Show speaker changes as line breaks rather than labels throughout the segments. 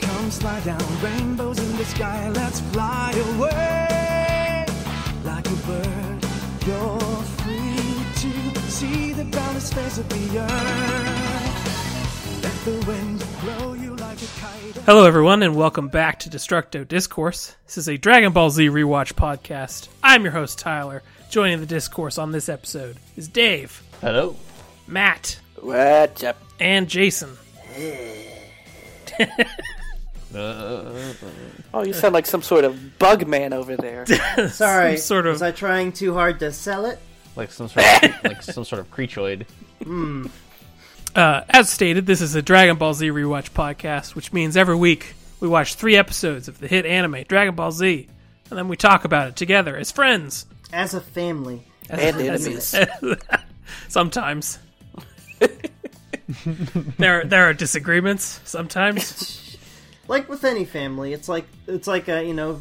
Come slide down, rainbows in the sky, let's fly away. Like a bird, you're free to see the boundless face of the earth. Let the wind blow you like a kite.
Hello, everyone, and welcome back to Destructo Discourse. This is a Dragon Ball Z rewatch podcast. I'm your host, Tyler. Joining the discourse on this episode is Dave,
Hello.
Matt,
What's up?
and Jason.
Uh,
Oh, you sound like some sort of bug man over there.
Sorry,
Some sort of-
was I trying too hard to sell it?
Like some sort of like some sort of creature.
Uh, as stated, this is a Dragon Ball Z rewatch podcast, which means every week we watch three episodes of the hit anime Dragon Ball Z, and then we talk about it together as friends.
As a family.
and enemies.
Sometimes. there, there are disagreements. Sometimes,
Like with any family, it's like it's like uh, you know,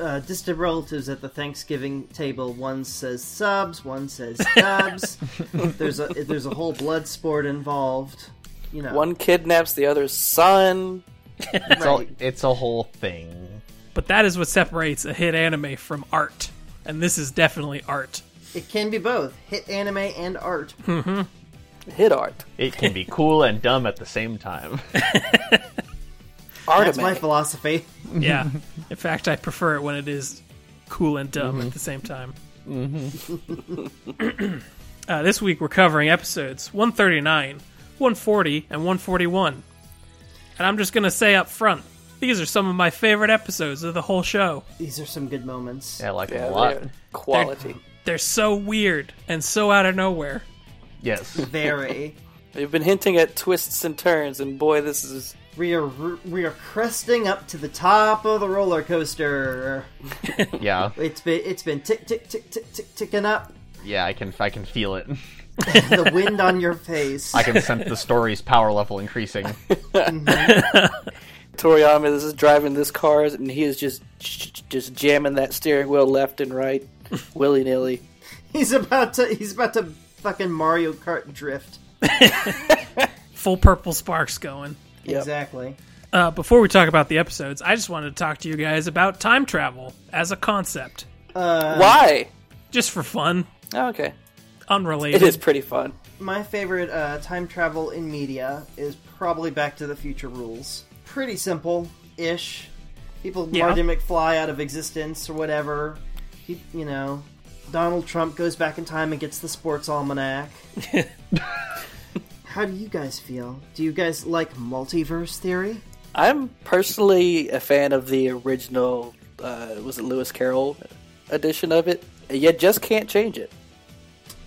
uh, distant relatives at the Thanksgiving table. One says subs, one says dubs. there's a there's a whole blood sport involved. You know,
One kidnaps the other's son.
It's all, Oh, it's a whole thing.
but that is what separates a hit anime from art, and this is definitely art.
it can be both hit anime and art.
Hit art.
It can be cool and dumb at the same time.
Art
That's my philosophy.
Yeah. In fact, I prefer it when it is cool and dumb at the same time. uh, this week we're covering episodes 139, 140, and 141. And I'm just going to say up front, these are some of my favorite episodes of the whole show.
These are some good moments.
Yeah, I like
Yeah,
them a lot.
they're Quality.
They're so weird and so out of nowhere.
Yes.
Very.
They've been hinting at twists and turns, and boy, this is.
We are we are cresting up to the top of the roller coaster.
Yeah.
It's been it's been tick tick tick tick tick ticking up.
Yeah, I can I can feel it.
The wind on your face.
I can sense the story's power level increasing.
Toriyama this is driving this car, and he is just just jamming that steering wheel left and right, willy nilly.
He's about to he's about to fucking Mario Kart drift.
Full purple sparks going.
Yep.
Exactly.
Uh, before we talk about the episodes, I just wanted to talk to you guys about time travel as a concept,
Why?
just for fun,
Oh, okay,
unrelated.
it is pretty fun.
My favorite uh, time travel in media is probably Back to the Future rules. Pretty simple ish. People
Yeah.
Marty McFly out of existence or whatever. He, you know, Donald Trump goes back in time and gets the sports almanac. How do you guys feel? Do you guys like multiverse theory?
I'm personally a fan of the original. Uh, was it Lewis Carroll edition of it? You just can't change it.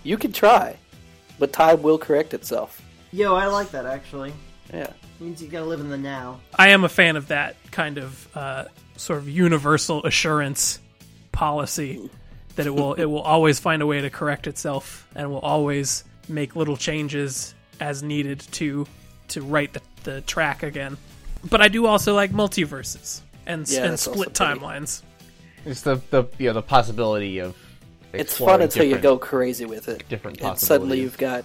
You can try, but time will correct itself.
Yo, I like that actually.
Yeah,
means you gotta live in the now.
I am a fan of that kind of uh, sort of universal assurance policy that it will it will always find a way to correct itself and will always make little changes as needed to to right the, the track again. But I do also like multiverses and
Yeah,
and
that's also
split
pretty-
timelines.
It's the the you know, the possibility of
it's
exploring
fun until you
different-
go crazy with it.
different
and
possibilities.
suddenly you've got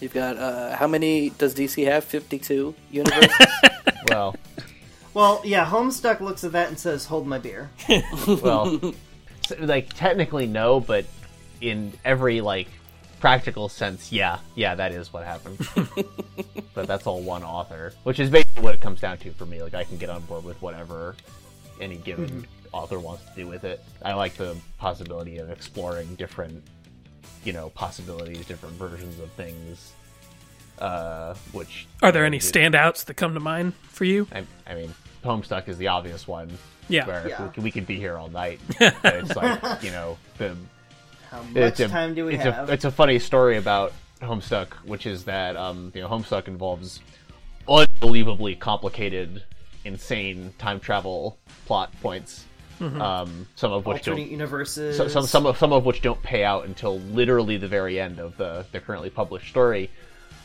you've got uh, how many does DC have? Fifty two universes.
well
Well, yeah, Homestuck looks at that and says, "Hold my beer."
well so, like technically no, but in every like practical sense, yeah, yeah, that is what happened. but that's all one author, which is basically what it comes down to for me. Like I can get on board with whatever any given author wants to do with it. I like the possibility of exploring different, you know, possibilities, different versions of things. Uh, which
Are there any
Yeah.
standouts that come to mind for you?
I, I mean, Homestuck is the obvious one.
Yeah.
Where
Yeah.
We, could, we could be here all night. But it's like, you know, the,
How much
it's, a,
time do we
it's,
have?
A, it's a funny story about Homestuck, which is that, um, you know, Homestuck involves unbelievably complicated, insane time travel plot points. Um, some of which
Alternate
don't,
universes.
so- some, some, of, some of which don't pay out until literally the very end of the, the currently published story.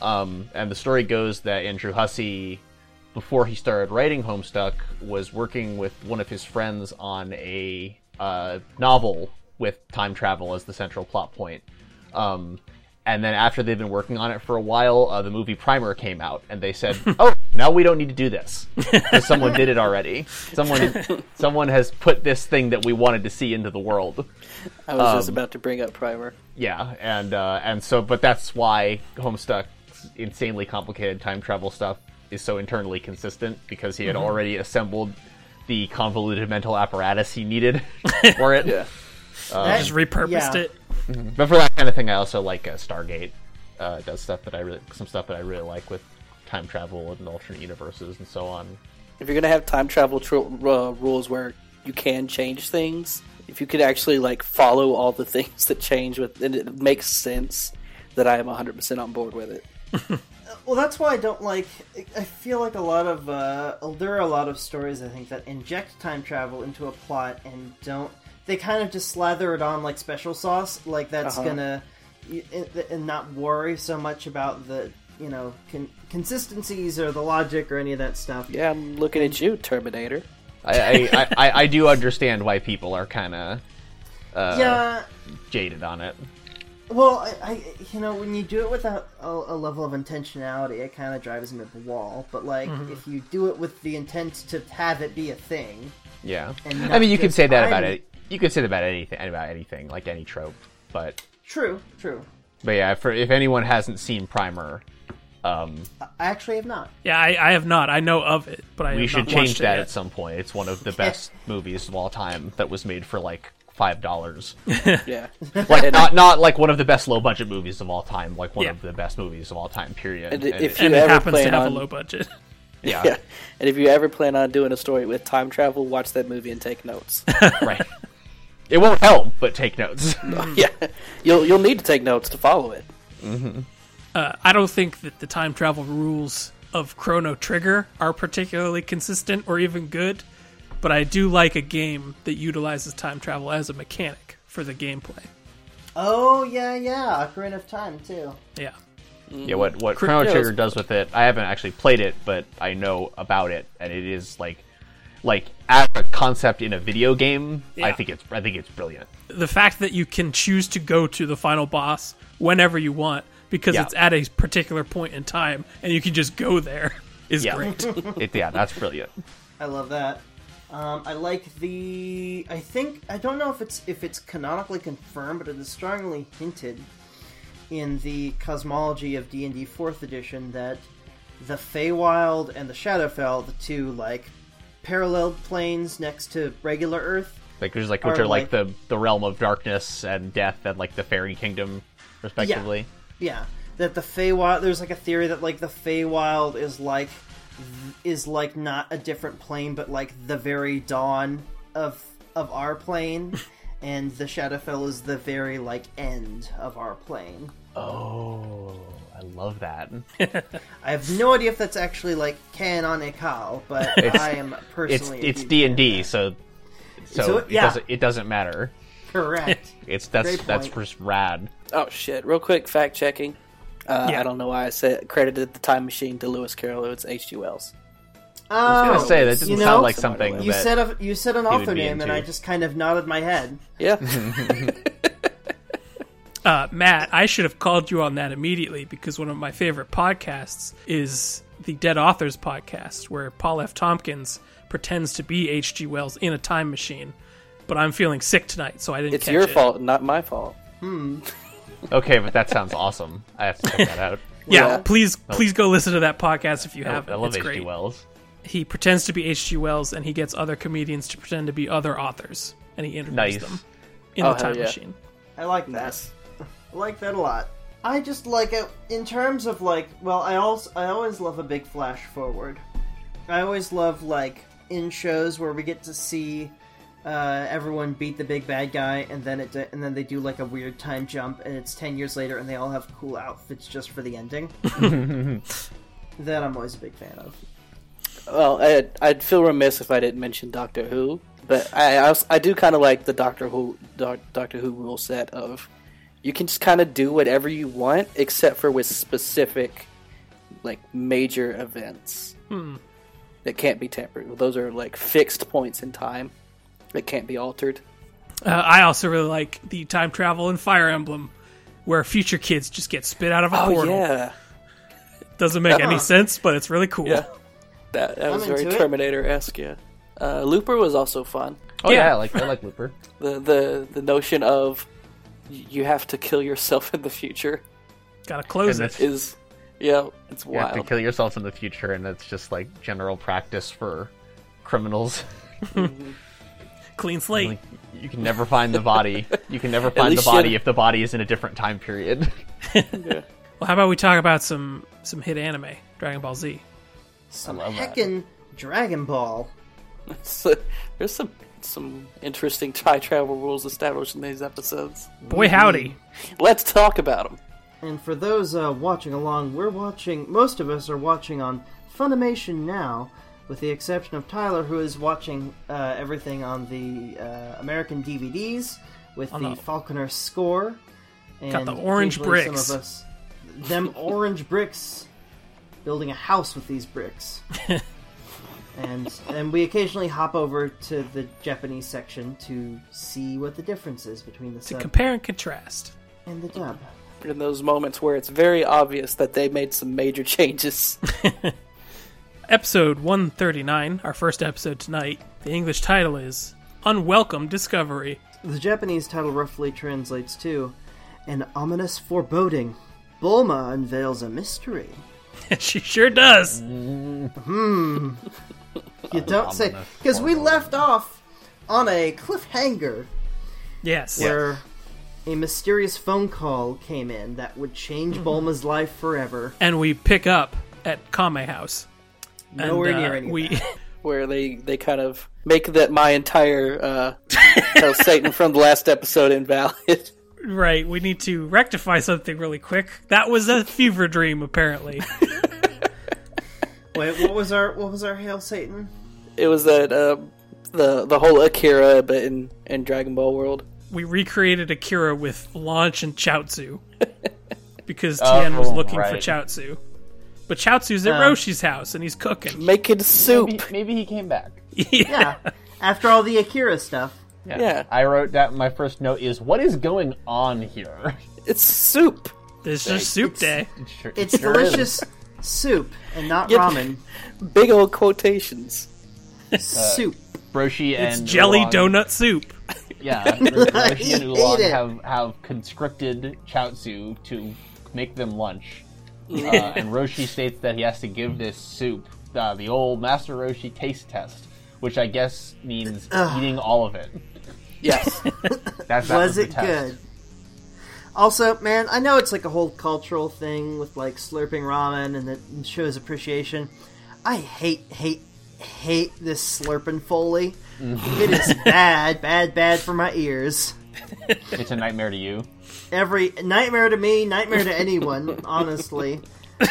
Um, and the story goes that Andrew Hussey before he started writing Homestuck, was working with one of his friends on a uh, novel with time travel as the central plot point. Um, and then after they've been working on it for a while, uh, the movie Primer came out, and they said, "Oh, now we don't need to do this because someone did it already. Someone, someone has put this thing that we wanted to see into the world."
I was
Um,
just about to bring up Primer.
Yeah, and uh, and so, but that's why Homestuck's insanely complicated time travel stuff is so internally consistent because he had already assembled the convoluted mental apparatus he needed for it.
That-
Just repurposed
yeah.
it.
But for that kind of thing, I also like uh, Stargate. Uh, does stuff that I really, some stuff that I really like with time travel and alternate universes and so on.
If you're gonna have time travel tr- uh, rules where you can change things, if you could actually like follow all the things that change with, and it makes sense, that I am 100 percent on board with it.
Well, that's why I don't like. I- I feel like a lot of uh, there are a lot of stories I think that inject time travel into a plot and don't. They kind of just slather it on like special sauce, like that's
Uh-huh.
gonna y- and- and not worry so much about the you know con- consistencies or the logic or any of that stuff.
Yeah, I'm looking at you, Terminator.
I I, I, I, I do understand why people are kind of uh,
Yeah,
jaded on it.
Well, I, I you know when you do it without a, a level of intentionality, it kind of drives me up a wall. But like if you do it with the intent to have it be a thing,
Yeah,
And
I
not
mean, you could
just
say that about
I'm-
it. You could say that about anything, about anything, like any trope. But
true, true.
but yeah, for if anyone hasn't seen Primer, um,
I actually have not.
Yeah, I, I have not. I know of it, but I
we
have not
should
watched
change
it
that
yet.
at some point. It's one of the best movies of all time that was made for like five dollars.
Yeah,
like not not like one of the best low budget movies of all time, like one
Yeah.
of the best movies of all time. Period.
And
it-
if you
and it
ever
happens to
plan
have
on-
a low budget.
yeah,
yeah. And if you ever plan on doing a story with time travel, watch that movie and take notes.
right. It won't help, but take notes.
yeah, you'll you'll need to take notes to follow it.
Uh, I don't think that the time travel rules of Chrono Trigger are particularly consistent or even good, but I do like a game that utilizes time travel as a mechanic for the gameplay.
Oh yeah, yeah. Ocarina of Time too.
Yeah.
yeah, what what
Crypt-
Chrono
yeah,
Trigger
it's-
does with it, I haven't actually played it, but I know about it, and it is like like as a concept in a video game. I
Yeah.
think it's I think it's brilliant.
The fact that you can choose to go to the final boss whenever you want because
Yeah.
it's at a particular point in time and you can just go there is
Yeah,
great.
it, yeah, that's brilliant.
I love that. Um, I like the. I think I don't know if it's if it's canonically confirmed, but it is strongly hinted in the cosmology of D and D Fourth Edition that the Feywild and the Shadowfell, the two like parallel planes next to regular Earth,
Like there's like which
Or,
are like
like-
the the realm of darkness and death and like the fairy kingdom, respectively.
Yeah, that the Feywild. There's like a theory that like the Feywild is like is like not a different plane, but like the very dawn of of our plane, and the Shadowfell is the very like end of our plane.
Oh, I love that.
I have no idea if that's actually like canonical, but I am
It's
personally a
it's
huge
D and
fan
D,
of
so so,
So,
it
yeah.
doesn't it doesn't matter.
that. Correct.
It's that's
Great
that's
point.
just rad.
Oh shit! Real quick, fact checking. Uh,
Yeah.
I don't know why I said credited the time machine to Lewis Carroll. It's H.G. Wells.
I was
Oh,
gonna say that didn't
you know,
sound like something.
You
that,
said a, you said an
would
author
be
name, and
into.
I just kind of nodded my head.
Yeah,
Uh, Matt, I should have called you on that immediately because one of my favorite podcasts is the Dead Authors podcast, where Paul F. Tompkins pretends to be H.G. Wells in a time machine. But I'm feeling sick tonight, so I didn't.
it's
catch
your
it.
fault, not my fault.
okay, but that sounds awesome. I have to check that out.
Yeah,
Yeah.
please, please go listen to that podcast if you
Oh. I,
haven't.
I love
it's
H.G.
great.
Wells.
He pretends to be H.G. Wells, and he gets other comedians to pretend to be other authors, and he interviews
Nice.
them in
Oh,
the
hell
time
yeah.
machine.
I like that.
That's
I like that a lot. I just like it in terms of like. Well, I also I always love a big flash forward. I always love like in shows where we get to see uh, everyone beat the big bad guy, and then it and then they do like a weird time jump, and it's ten years later, and they all have cool outfits just for the ending. that I'm always a big fan of.
well, I, I'd feel remiss if I didn't mention Doctor Who, but I I, also- I do kind of like the Doctor Who Doc, Doctor Who rule set of you can just kind of do whatever you want, except for with specific like major events. that can't be tampered with. Those are like fixed points in time that can't be altered.
Uh, I also really like the time travel in Fire Emblem, where future kids just get spit out of a
Oh
portal.
yeah,
Doesn't make any sense, but it's really cool.
yeah. That that was
into
very
it.
Terminator esque. Yeah. Uh, Looper was also fun.
Oh
Yeah.
yeah, I like I like Looper.
The the the notion of y- you have to kill yourself in the future
Gotta close
And
it.
is yeah, it's
You have to
wild.
kill yourself in the future, and that's just like general practice for criminals.
Clean slate.
Like, you can never find the body. You can never find the
least you-
body if the body is in a different time period.
Yeah.
Well, how about we talk about some some hit anime, Dragon Ball Z?
Some
love that.
heckin' Dragon Ball.
So, there's some some interesting time travel rules established in these episodes.
Boy howdy!
Let's talk about them.
And for those uh, watching along, we're watching. Most of us are watching on Funimation now, with the exception of Tyler, who is watching uh, everything on the uh, American DVDs with the,
the-
Falconer score. And
Oh, the orange
occasionally
bricks.
some of us- them orange bricks, building a house with these bricks. and and we occasionally hop over to the Japanese section to see what the difference is between the sub
Compare and contrast.
and the dub.
In those moments where it's very obvious that they made some major changes.
Episode 139, our first episode tonight. The English title is Unwelcome Discovery.
The Japanese title roughly translates to An Ominous Foreboding. Bulma unveils a mystery.
she sure does.
You don't say.
ominous
Because we left off on a cliffhanger
Yes.
where a mysterious phone call came in that would change Bulma's life forever.
And we pick up at Kame House. And,
Nowhere near
uh,
any of
we,
that.
where they they kind of make that my entire uh, tell Satan from the last episode invalid.
Right, we need to rectify something really quick. That was a fever dream, apparently.
Wait, what was our what was our Hail Satan?
It was that uh, the the whole Akira, but in in Dragon Ball world.
we recreated Akira with Launch and Chaozu. Because Tien was
Oh,
looking for
right.
Chaozu. But Chaozu's at Roshi's house and he's cooking.
Making soup.
Maybe, maybe he came back.
Yeah. After all the Akira stuff.
Yeah.
Yeah.
I wrote that. My first note is, "What is going on here?"
It's soup.
There's just soup day.
It sure- it
It's
sure is.
delicious soup and not
Yep.
ramen.
Big old quotations.
Uh, soup.
Broshi
It's
and
jelly
Oolong-
donut soup.
Yeah, Roshi and
He
Oolong
ate it.
have have conscripted Chaozu to make them lunch, uh, and Roshi states that he has to give this soup uh, the old Master Roshi taste test, which I guess means eating all of it.
Yes.
That's that
was
the
it
test.
good? Also, man, I know it's like a whole cultural thing with like slurping ramen and that shows appreciation. I hate, hate, hate this slurping foley. It is bad, bad, bad for my ears.
It's a nightmare to you.
Every nightmare to me, nightmare to anyone. honestly,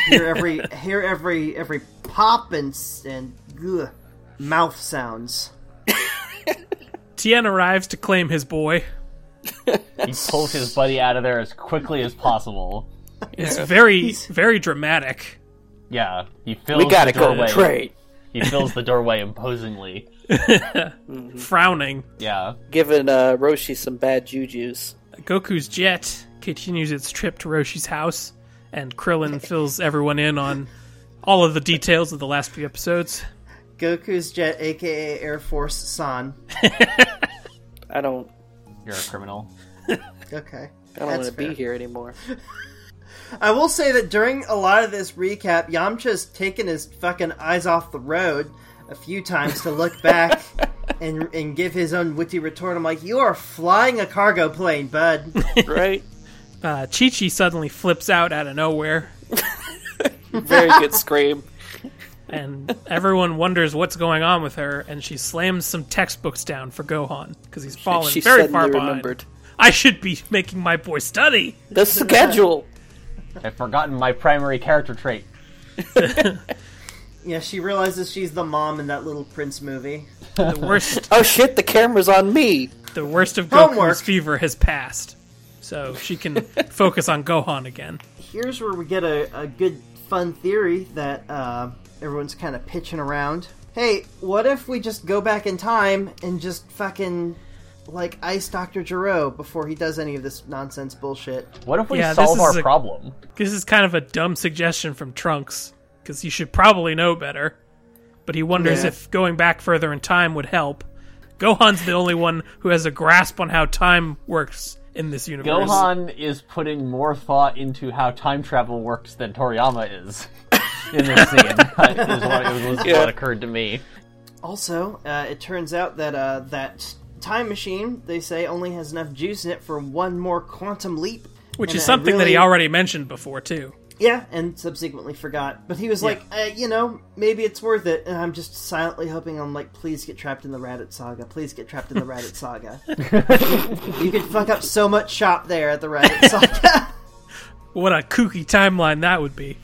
hear every, hear every, every pop and s- and ugh, mouth sounds.
Tien arrives to claim his boy.
He pulls his buddy out of there as quickly as possible.
It's very, very dramatic.
Yeah, he fills
we gotta
the
go
doorway.
trade.
He fills the doorway imposingly.
Frowning,
Yeah,
Giving uh, Roshi some bad juju's.
Goku's jet continues its trip to Roshi's house, and Krillin fills everyone in on all of the details of the last few episodes.
Goku's jet, aka Air Force San.
I don't.
you're a criminal.
Okay,
I don't want to be here anymore.
I will say that during a lot of this recap, Yamcha's taken his fucking eyes off the road a few times to look back and and give his own witty retort. I'm like, you are flying a cargo plane, bud.
Right?
Uh, Chi Chi suddenly flips out out of nowhere,
Very good scream.
and everyone wonders what's going on with her, and she slams some textbooks down for Gohan because he's fallen
she
very
suddenly
far behind.
remembered.
I should be making my boy study.
The schedule.
I've forgotten my primary character trait.
yeah, she realizes she's the mom in that little Prince movie.
The worst,
Oh shit, the camera's on me.
the worst of Goku's
Homework.
fever has passed, so she can focus on Gohan again.
Here's where we get a, a good fun theory that uh, everyone's kind of pitching around. hey, what if we just go back in time and just fucking like ice Dr. Giroux before he does any of this nonsense bullshit?
What if we
Yeah, this
solve
is
our
a-
problem?
This is kind of a dumb suggestion from Trunks because he should probably know better. But he wonders
Yeah.
if going back further in time would help. Gohan's the only one who has a grasp on how time works in this universe.
Gohan is putting more thought into how time travel works than Toriyama is in this scene. it was, what, it was
Yeah.
what occurred to me.
Also, uh, it turns out that uh, that time machine they say only has enough juice in it for one more quantum leap,
which
and
is
I
something that he
really-
already mentioned before too.
Yeah, and subsequently forgot. But he was like, uh, you know, maybe it's worth it. And I'm just silently hoping I'm like, please get trapped in the Raditz saga. Please get trapped in the Raditz saga. you could fuck up so much shop there at the Raditz saga.
What a kooky timeline that would be.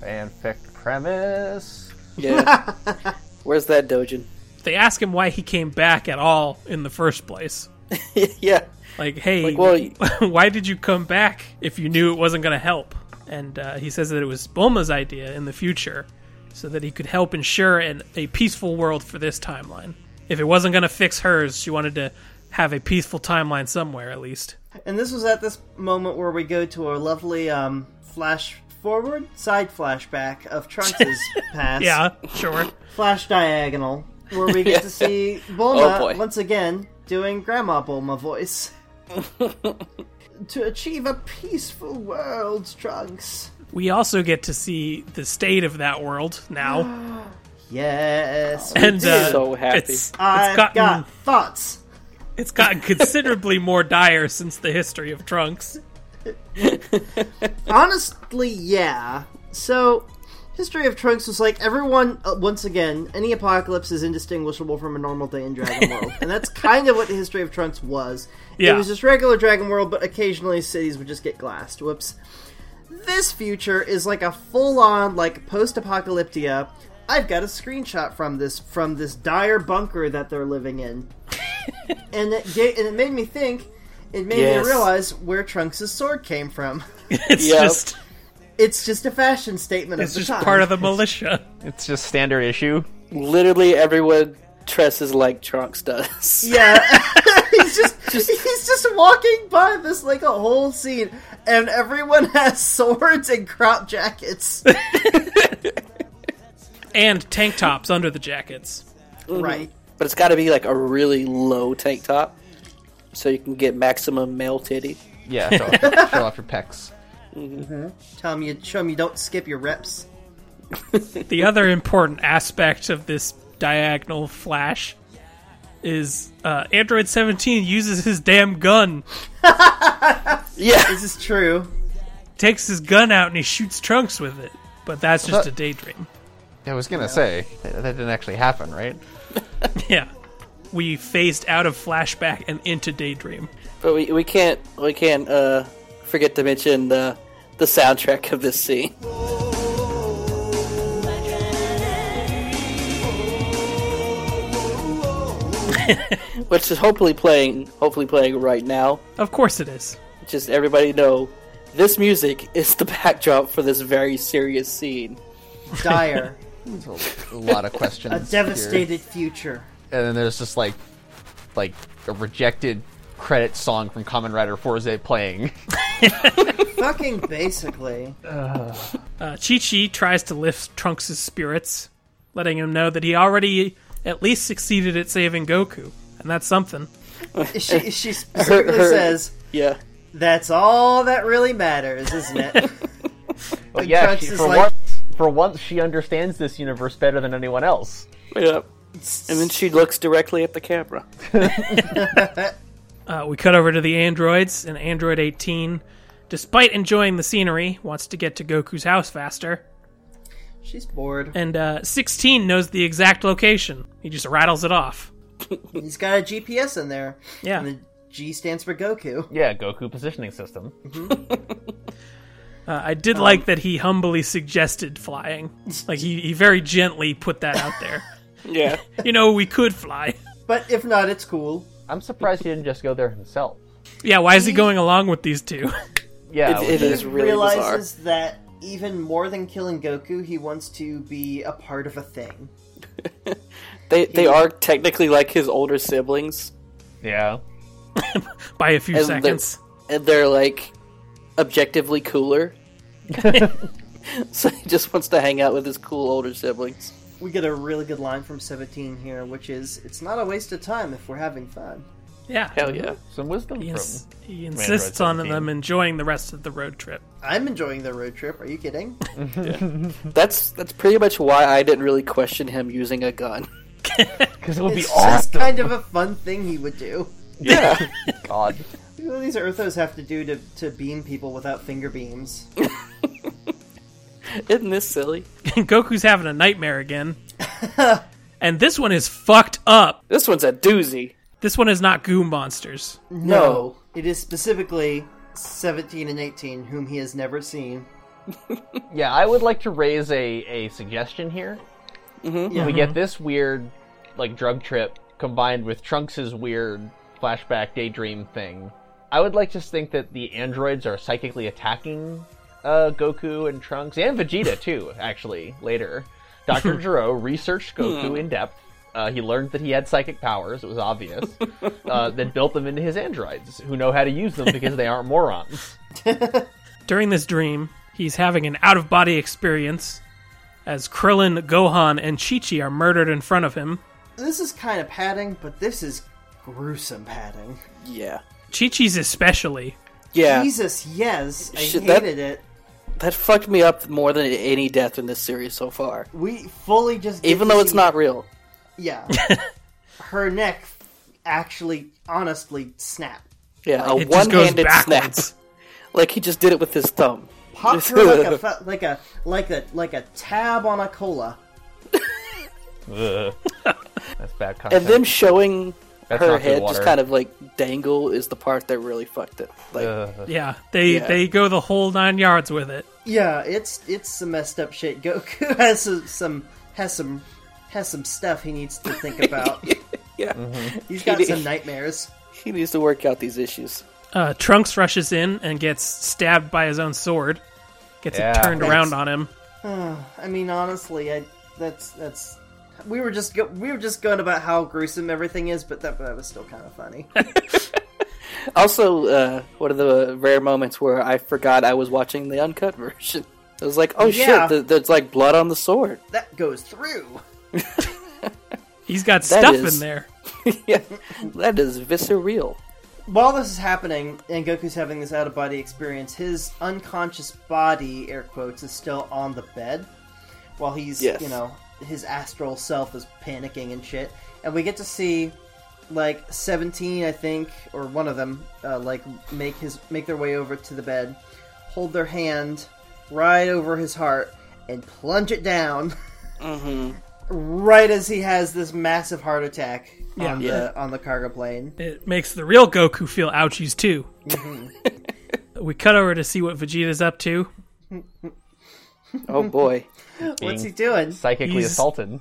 Fanfic premise.
Yeah. Where's that Dojin?
They ask him why he came back at all in the first place.
yeah.
Like, hey,
Like, well, y-
why did you come back if you knew it wasn't going to help? And uh, he says that it was Bulma's idea in the future so that he could help ensure an, a peaceful world for this timeline. If it wasn't going to fix hers, she wanted to have a peaceful timeline somewhere at least.
and this was at this moment where we go to a lovely um, flash forward, side flashback of Trunks' past.
Yeah, sure.
Flash diagonal, where we get to see Bulma
Oh, boy.
once again doing Grandma Bulma voice. to achieve a peaceful world, Trunks.
we also get to see the state of that world now.
Yes.
And uh,
So happy.
It's, it's
I've
gotten
got thoughts.
It's gotten considerably more dire since the history of Trunks.
Honestly, yeah. So, History of Trunks was like everyone, uh, once again, any apocalypse is indistinguishable from a normal day in Dragon World. and that's kind of what the History of Trunks was. It
Yeah.
was just regular Dragon World, but occasionally cities would just get glassed. Whoops. This future is like a full on, like, post apocalyptia. I've got a screenshot from this from this dire bunker that they're living in. and, it ga- and it made me think, it made
Yes.
me realize where Trunks' sword came from.
It's
Yep.
just
It's just a fashion statement
it's
of the
just
time.
part of the militia.
It's just standard issue.
Literally everyone dresses like Trunks does.
Yeah. he's just, he's just walking by this like a whole scene and everyone has swords and crop jackets.
And tank tops under the jackets.
right.
But it's got to be like a really low tank top so you can get maximum male titty.
Yeah, show off, your- show off your pecs.
Tell him you show him you don't skip your reps.
The other important aspect of this diagonal flash is uh, Android 17 uses his damn gun,
Yeah.
This is true.
takes his gun out and he shoots Trunks with it. But that's just a daydream.
I was gonna say that, that didn't actually happen, right?
Yeah. We phased out of flashback and into daydream.
But we, we can't we can't uh, forget to mention the the soundtrack of this scene. Which is hopefully playing hopefully playing right now.
Of course it is.
Just everybody know this music is the backdrop for this very serious scene.
Dire.
There's a lot of questions.
a
here.
devastated future.
and then there's just like, like a rejected credit song from Common Rider Forze playing.
Fucking basically.
Uh, Chi Chi tries to lift Trunks' spirits, letting him know that he already at least succeeded at saving Goku, and that's something.
She she specifically
her-
says
Yeah.
that's all that really matters, isn't it?
But yeah,
Trunks
she,
is
for
like-
once, for once, she understands this universe better than anyone else.
Yeah. And then she looks directly at the camera.
Uh, we cut over to the androids, and Android 18, despite enjoying the scenery, wants to get to Goku's house faster.
She's bored.
And uh, 16 knows the exact location. He just rattles it off.
He's got a GPS in there. And
Yeah.
the G stands for Goku.
Yeah, Goku positioning system.
Uh, I did
Um,
like that he humbly suggested flying. Like, he, he very gently put that out there.
Yeah.
you know, we could fly.
But if not, it's cool.
I'm surprised he didn't just go there himself.
Mm-hmm.
Yeah, why is he going along with these two?
Yeah,
It-
with
it
the-
is really bizarre.
realizes that even more than killing Goku, he wants to be a part of a thing.
They they are technically like his older siblings,
Yeah.
by a few
And they're-
seconds.
and they're like objectively cooler. so he just wants to hang out with his cool older siblings.
We get a really good line from 17 here, which is, It's not a waste of time if we're having fun.
Yeah.
Hell yeah!
Some wisdom
He, ins-
from.
he insists on
17.
them enjoying the rest of the road trip.
I'm enjoying the road trip, are you kidding?
That's that's pretty much why I didn't really question him using a gun.
Because it would
It's
be awesome.
just kind of a fun thing he would do.
Yeah,
God.
Look at What these Earthos have to do to, to beam people without finger beams.
isn't this silly?
Goku's having a nightmare again. and this one is fucked up.
This one's a doozy.
This one is not goo monsters.
No. It is specifically 17 and 18, whom he has never seen.
Yeah, I would like to raise a, a suggestion here.
Yeah.
We get this weird, like, drug trip combined with Trunks' weird flashback daydream thing. I would like to think that the androids are psychically attacking uh, Goku and Trunks, and Vegeta, too, actually, later. Dr. Jiro researched Goku in depth. Uh, he learned that he had psychic powers, it was obvious. Uh, then built them into his androids, who know how to use them because they aren't morons.
During this dream, he's having an out of body experience as Krillin, Gohan, and Chi Chi are murdered in front of him.
This is kind of padding, but this is gruesome padding.
Yeah,
Chi Chi's especially.
yeah.
Jesus, yes, I
Shit, that-
hated it.
That fucked me up more than any death in this series so far.
We fully just get
Even
to
though it's
see-
not real.
yeah, her neck actually, honestly, snap.
Yeah, a
It just goes
one-handed snap.
backwards.
Like he just did it with his thumb.
Popped her like a fe- like a like a like a tab on a cola.
Ugh. That's bad content.
And them showing
That's
her
not good
head
water.
just kind of like dangle is the part that really fucked it. Like
Ugh.
Yeah, they
Yeah.
they go the whole nine yards with it.
Yeah, it's it's some messed up shit. Goku has some, some has some has some stuff he needs to think about.
yeah,
He's got some nightmares.
he needs to work out these issues.
Uh, Trunks rushes in and gets stabbed by his own sword. Gets
Yeah.
it turned around on him.
I mean, honestly, I that's that's we were just go- we were just going about how gruesome everything is, but that, that was still kind of funny.
Also, uh, one of the rare moments where I forgot I was watching the uncut version. I was like, oh shit,
Yeah.
th- there's like blood on the sword.
that goes through.
He's got stuff
is-
in there.
yeah, that is visceral.
While this is happening and Goku's having this out of body experience, his unconscious body, air quotes, is still on the bed while he's,
Yes.
you know, his astral self is panicking and shit. And we get to see like 17, I think, or one of them, uh, like make his make their way over to the bed, hold their hand right over his heart and plunge it down.
Mm-hmm.
Right as he has this massive heart attack on
Yeah.
the on the cargo plane.
It makes the real Goku feel ouchies too. we cut over to see what Vegeta's up to.
Oh boy.
What's he
Being
doing?
Psychically
He's-
assaulted.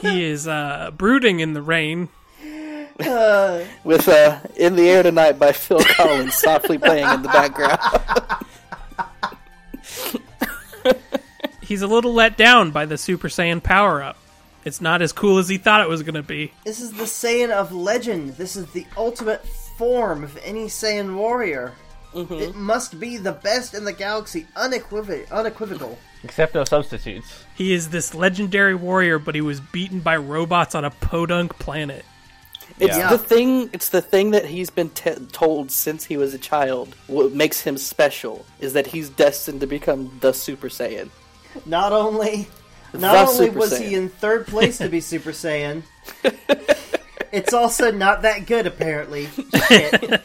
He is uh, brooding in the rain.
with uh, "In the Air Tonight" by Phil Collins softly playing in the background.
He's a little let down by the Super Saiyan power up. It's not as cool as he thought it was going to be.
This is the Saiyan of legend. This is the ultimate form of any Saiyan warrior.
Mm-hmm.
It must be the best in the galaxy, unequiv- unequivocal.
Except no substitutes.
He is this legendary warrior, but he was beaten by robots on a podunk planet.
It's
Yeah.
the thing. It's the thing that he's been te- told since he was a child. What makes him special is that he's destined to become the Super Saiyan.
Not only, not
The
only
Super
was
Saiyan.
he in third place to be Super Saiyan, it's also not that good apparently. Shit.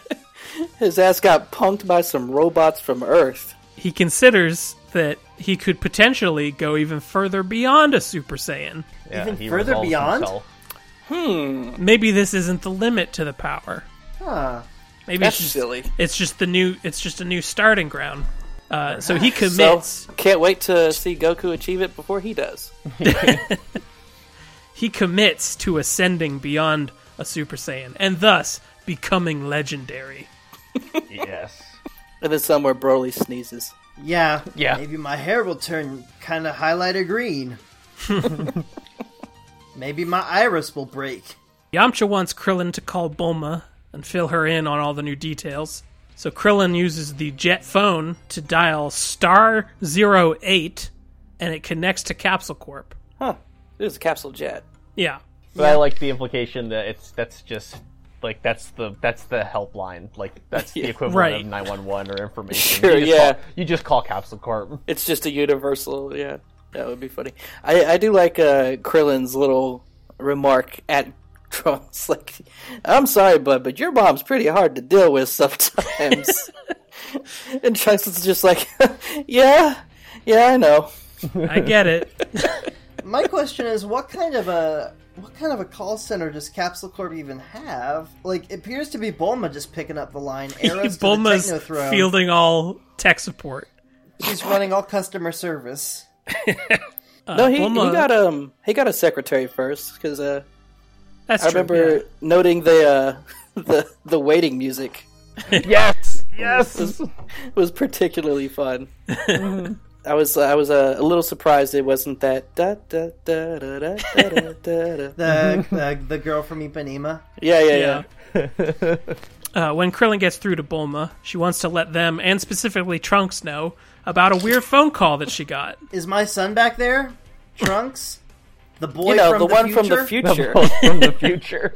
His ass got punked by some robots from Earth.
He considers that he could potentially go even further beyond a Super Saiyan.
Yeah,
Even
he
further
resolves
beyond?
himself.
Maybe this isn't the limit to the power.
Huh.
Maybe
That's
it's just,
silly.
It's just the new. It's just a new starting ground. Uh, so he commits.
So can't wait to see Goku achieve it before he does.
he commits to ascending beyond a Super Saiyan and thus becoming legendary.
Yes.
And then somewhere Broly sneezes.
Yeah.
Yeah.
Maybe my hair will turn kind of highlighter green. Maybe my iris will break.
Yamcha wants Krillin to call Bulma and fill her in on all the new details. So Krillin uses the jet phone to dial star 08 and it connects to Capsule Corp.
Huh. It was a capsule jet.
Yeah.
But I like the implication that it's that's just like that's the that's the helpline. Like that's the equivalent
Right.
of nine one one or information.
Sure,
you just
yeah.
Call, you just call Capsule Corp.
It's just a universal. Yeah, that would be funny. I, I do like uh, Krillin's little remark at drums. Like, I'm sorry, bud, but your mom's pretty hard to deal with sometimes. and Trunks is just like, yeah, yeah, I know.
I get it.
My question is, what kind of a what kind of a call center does Capsule Corp even have? Like, it appears to be Bulma just picking up the line. Arrows
Bulma's
to the Technothrone.
fielding all tech support.
She's running all customer service.
no, he, he
Bulma-
got um he got a secretary first because uh,
That's
I
true.
remember
yeah.
noting the uh, the the waiting music
Yes, yes.
was particularly fun. I was I was uh, a little surprised it wasn't that da da da da da da da da. da.
The the, the girl from Ipanema.
Yeah, yeah, yeah.
uh, when Krillin gets through to Bulma, she wants to let them, and specifically Trunks, know about a weird phone call that she got.
Is my son back there? Trunks, the boy
You know,
from
the,
the
one
future?
from the future.
From the future.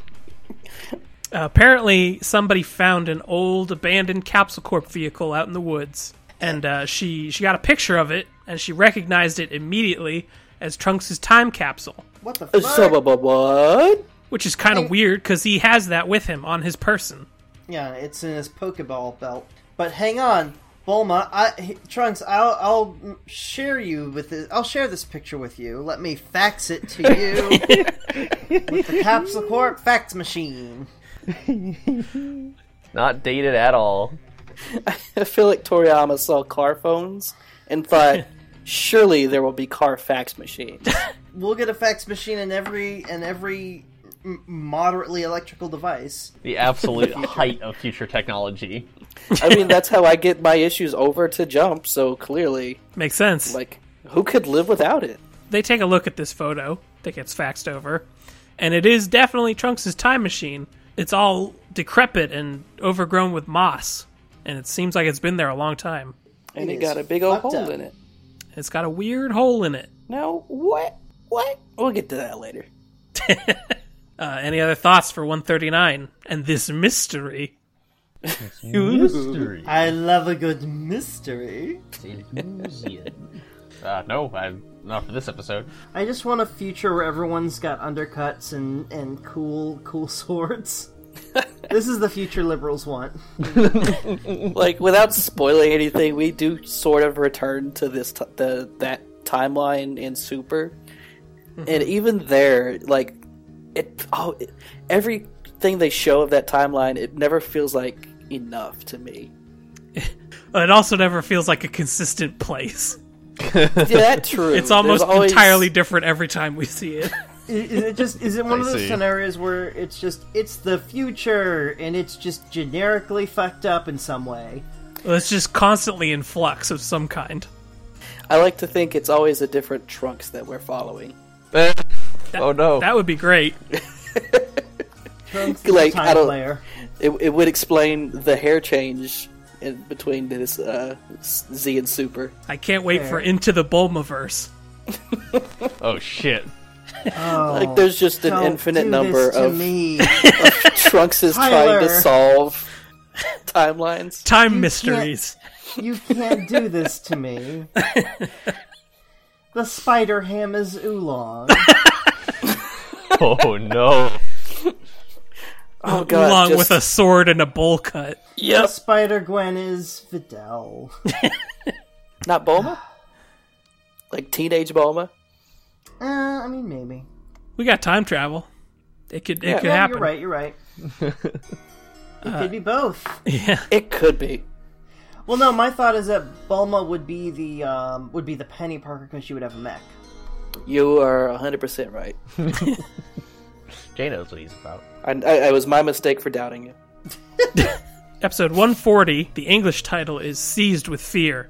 apparently somebody found an old abandoned capsule corp vehicle out in the woods and uh, she she got a picture of it and she recognized it immediately as trunks' time capsule
What the fuck?
so, bu- bu- what?
which is kind of weird because he has that with him on his person
Yeah, it's in his Pokeball belt. But hang on, Bulma, I, he- Trunks, I'll, I'll mm, share you with this. I'll share this picture with you. Let me fax it to you with the Capsule Corp fax machine.
Not dated at all.
I feel like Toriyama saw car phones and thought, surely there will be car fax machines.
We'll get a fax machine in every in every m- moderately electrical device.
The absolute height of future technology.
I mean, that's how I get my issues over to Jump. So clearly,
makes sense
like, who could live without it?
they take a look at this photo that gets faxed over and it is definitely trunks' time machine it's all decrepit and overgrown with moss and it seems like it's been there a long time
And
It
it,
is
got a big old
fucked
hole
up.
in it.
it's got a weird hole in it
Now what? What? We'll get to that later.
Uh, any other thoughts for 139 and this mystery?
Mystery.
I love a good mystery.
Uh, no, i not for this episode.
I just want a future where everyone's got undercuts and and cool cool swords. this is the future liberals want.
like without spoiling anything, we do sort of return to this t- the that timeline in Super,
Mm-hmm.
and even there, like it oh it, everything they show of that timeline, it never feels like enough to me.
It also never feels like a consistent place.
Yeah, that's true.
It's almost
There's always-
entirely different every time we see it.
Is is it just is it one of those
see.
scenarios where it's just it's the future and it's just generically fucked up in some way?
Well, it's just constantly in flux of some kind.
I like to think it's always a different trunks that we're following.
oh no.
That would be great.
Trunks is
Like,
a time
I don't-
player.
It, it would explain the hair change in between this uh, S- Z and Super.
I can't wait for Into the Bulmaverse.
oh shit.
like there's just an
Don't
infinite
do
number
this to
of
me.
Trunks is trying to
Tyler.
solve timelines.
Time mysteries.
you can't do this to me. The spider ham is oolong.
Oh no.
Oh god,
Along
just-
with a sword and a bowl cut.
Yep,
Spider Gwen is Fidel.
not Bulma. Like teenage Bulma.
Uh, I mean, maybe.
We got time travel. It could it
Yeah.
could
Yeah,
happen. Uh,
you're right. You're right. it could be both.
Yeah.
It could be.
Well, no, my thought is that Bulma would be the um, would be the Penny Parker because she would have a mech.
You are hundred percent right.
Jay knows what he's about.
I, I, it was my mistake for doubting you.
Episode 140, the English title is Seized with Fear.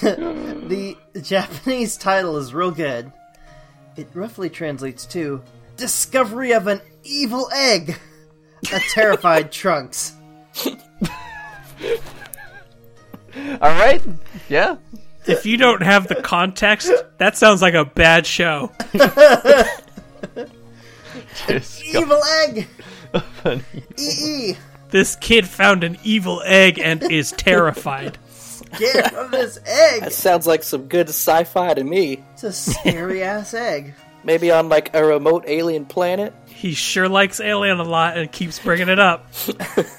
The Japanese title is real good. It roughly translates to Discovery of an Evil Egg! A terrified Trunks.
All right. Yeah.
If you don't have the context, that sounds like a bad show.
Discover
Evil Egg! E
an
EE!
This kid found an evil egg and is terrified.
Get from this egg!
That sounds like some good sci-fi to me.
It's a scary ass egg.
Maybe on like a remote alien planet.
He sure likes Alien a lot and keeps bringing it up.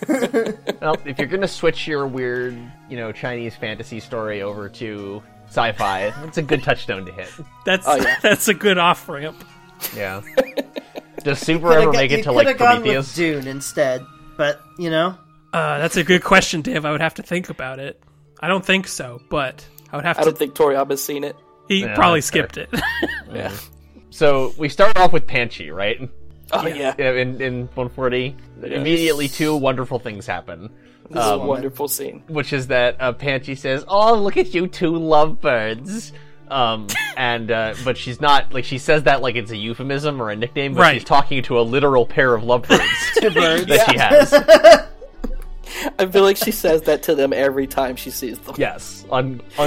Well, if you're gonna switch your weird, you know, Chinese fantasy story over to sci-fi, it's a good touchdown to hit.
That's
Oh, yeah.
that's a good off ramp.
Yeah. Does Super ever make it to
could
like
have gone with
Prometheus?
Dune instead, but you know,
Uh, that's a good question, Dave. I would have to think about it. I don't think so, but I would have
I
to.
don't think Toriyama's seen it.
he
Yeah,
probably
that's fair.
skipped it.
Yeah. So we start off with Panchi, right?
Oh yeah,
You know, In in 140, immediately two wonderful things happen.
this is a
Um,
wonderful scene.
which is that uh, Panchi says, "Oh, look at you two lovebirds." Um, and uh, but she's not like she says that like it's a euphemism or a nickname, but
Right.
she's talking to a literal pair of lovebirds
two birds.
that she has.
I feel like she says that to them every time she sees them,
Yes, un-
And it's-